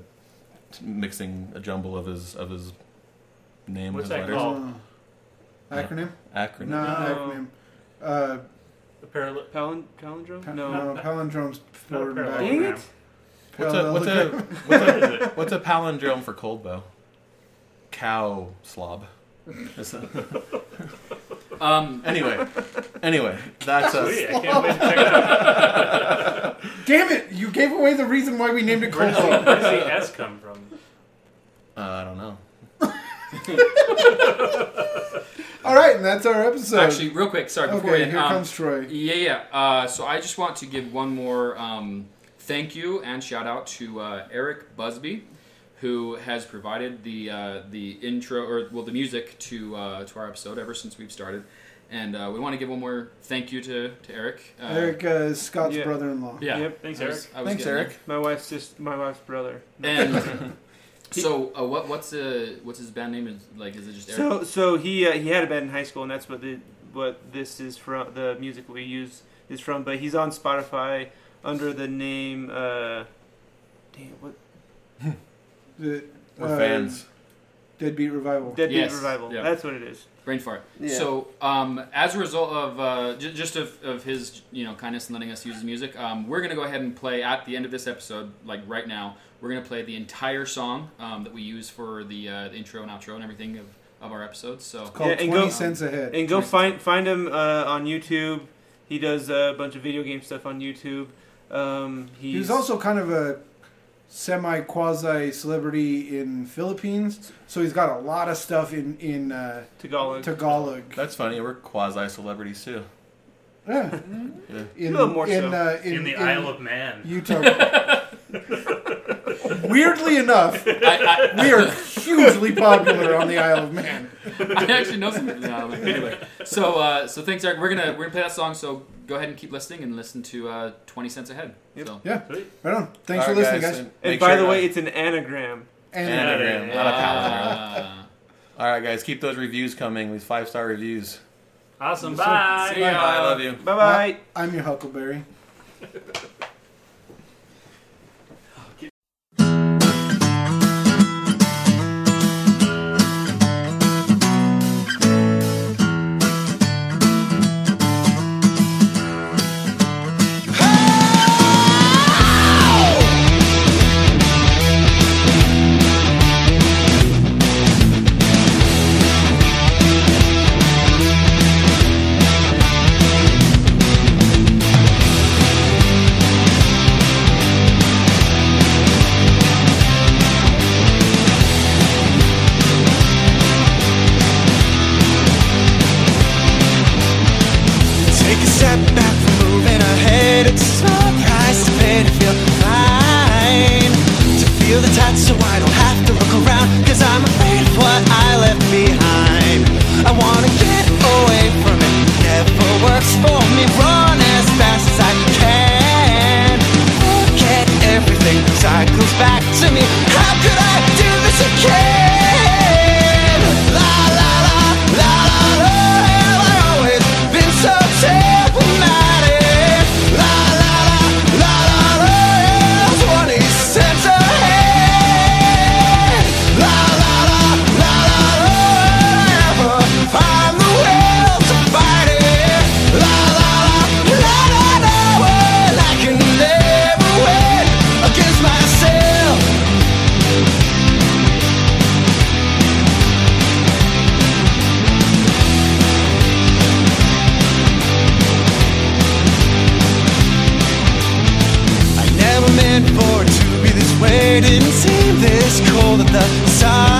A: mixing a jumble of his of his name.
C: What's
A: his
C: that
A: letters.
C: called?
D: uh, acronym.
A: Acronym.
D: No, acronym. Uh,
C: The parallel.
B: Palin- palindrome?
D: pa-
B: no.
D: no,
C: Not
D: palindromes
C: a
D: forward and
C: parallel.
D: back.
B: Dang it.
A: What's a what's a what's
C: What
A: a,
C: is it?
A: what's a palindrome for cold bow? Cow slob. That's not-
E: Um,
A: anyway, anyway, that's us.
C: Sweet, I can't wait to check it out.
A: [LAUGHS]
D: Damn it! You gave away the reason why we named it
C: Where
D: Cold
C: does, the,
D: War.
C: where does the S come from?
A: Uh, I don't know.
D: All right, and that's our episode.
E: Actually, real quick, sorry, before we
D: okay,
E: end,
D: here
E: um,
D: comes Troy.
E: Yeah, yeah. Uh, so I just want to give one more um, thank you and shout out to uh, Eric Busby, who has provided the uh, the intro or well the music to uh, to our episode ever since we've started, and uh, we want to give one more thank you to to Eric. Uh,
D: Eric uh, is Scott's
B: yeah.
D: brother-in-law.
E: Yeah.
B: Yep.
C: Thanks,
E: I
C: Eric.
E: was- I was
D: Thanks,
E: getting there.
D: Eric.
B: My wife's just my wife's brother. [LAUGHS]
E: And so, uh, what what's uh, what's his band name? Is like, is it just Eric?
B: So so he uh, he had a band in high school, and that's what the what this is from. The music we use is from. But he's on Spotify under the name. Uh, damn, what
D: The,
A: We're
D: uh,
A: fans.
D: Deadbeat Revival.
B: Deadbeat
E: Yes,
B: Revival.
E: yeah.
B: That's what it is.
E: Brain fart.
B: Yeah.
E: So, um, as a result of uh, j- just of, of his, you know, kindness in letting us use his music, um, we're gonna go ahead and play at the end of this episode, like right now, we're gonna play the entire song um, that we use for the, uh, the intro and outro and everything of, of our episodes.
D: [LAUGHS]
E: So,
D: Called
B: Yeah, and
D: 20
B: go-
D: Cents Ahead.
B: And go
E: Nice.
B: find find him uh, on YouTube. He does a bunch of video game stuff on YouTube. Um, he's,
D: He was also kind of a semi quasi celebrity in Philippines, so he's got a lot of stuff in in uh,
B: Tagalog.
D: Tagalog.
A: That's funny. We're quasi celebrities too.
D: Yeah.
A: Yeah.
D: In,
B: A little more
D: in,
B: so.
D: uh, in,
G: in the Isle of Man.
D: Utah. [LAUGHS] Weirdly enough,
E: I,
D: we are hugely popular on the Isle of Man.
E: I, I actually know something. No, like, anyway, so uh, so thanks, Eric. We're gonna we're gonna play that song. So go ahead and keep listening and listen to uh, Twenty Cents Ahead.
B: Yep.
E: So,
D: Yeah.
C: Sweet.
D: Right on. Thanks
A: All right,
D: for listening, guys.
A: guys,
B: and
A: make
B: by
A: sure
B: the
A: to-
B: way, it's an anagram.
D: And
A: anagram,
G: Yeah.
A: not a palindrome.
E: uh,
A: All right, guys, keep those reviews coming. These five star reviews.
C: Awesome.
D: So-
C: Bye.
E: See ya.
A: I love you.
B: Bye bye.
D: uh, I'm your Huckleberry.
H: Take a step back from moving ahead. It's no price to pay to feel fine. To feel the touch so I don't have to look around. Cause I'm afraid of what I left behind. I wanna get away from it. Never works for me. Run as fast as I can. Forget everything cycles back to me. How could I do this again? La la la la la la. Have I always been so diplomatic? La la la la la la. Twenty cents ahead. La la la la la la. Ever find the will to fight it? La la la la la la. Well, I can never win against myself. I never meant for it to be this way. Didn't seem this cold at the start.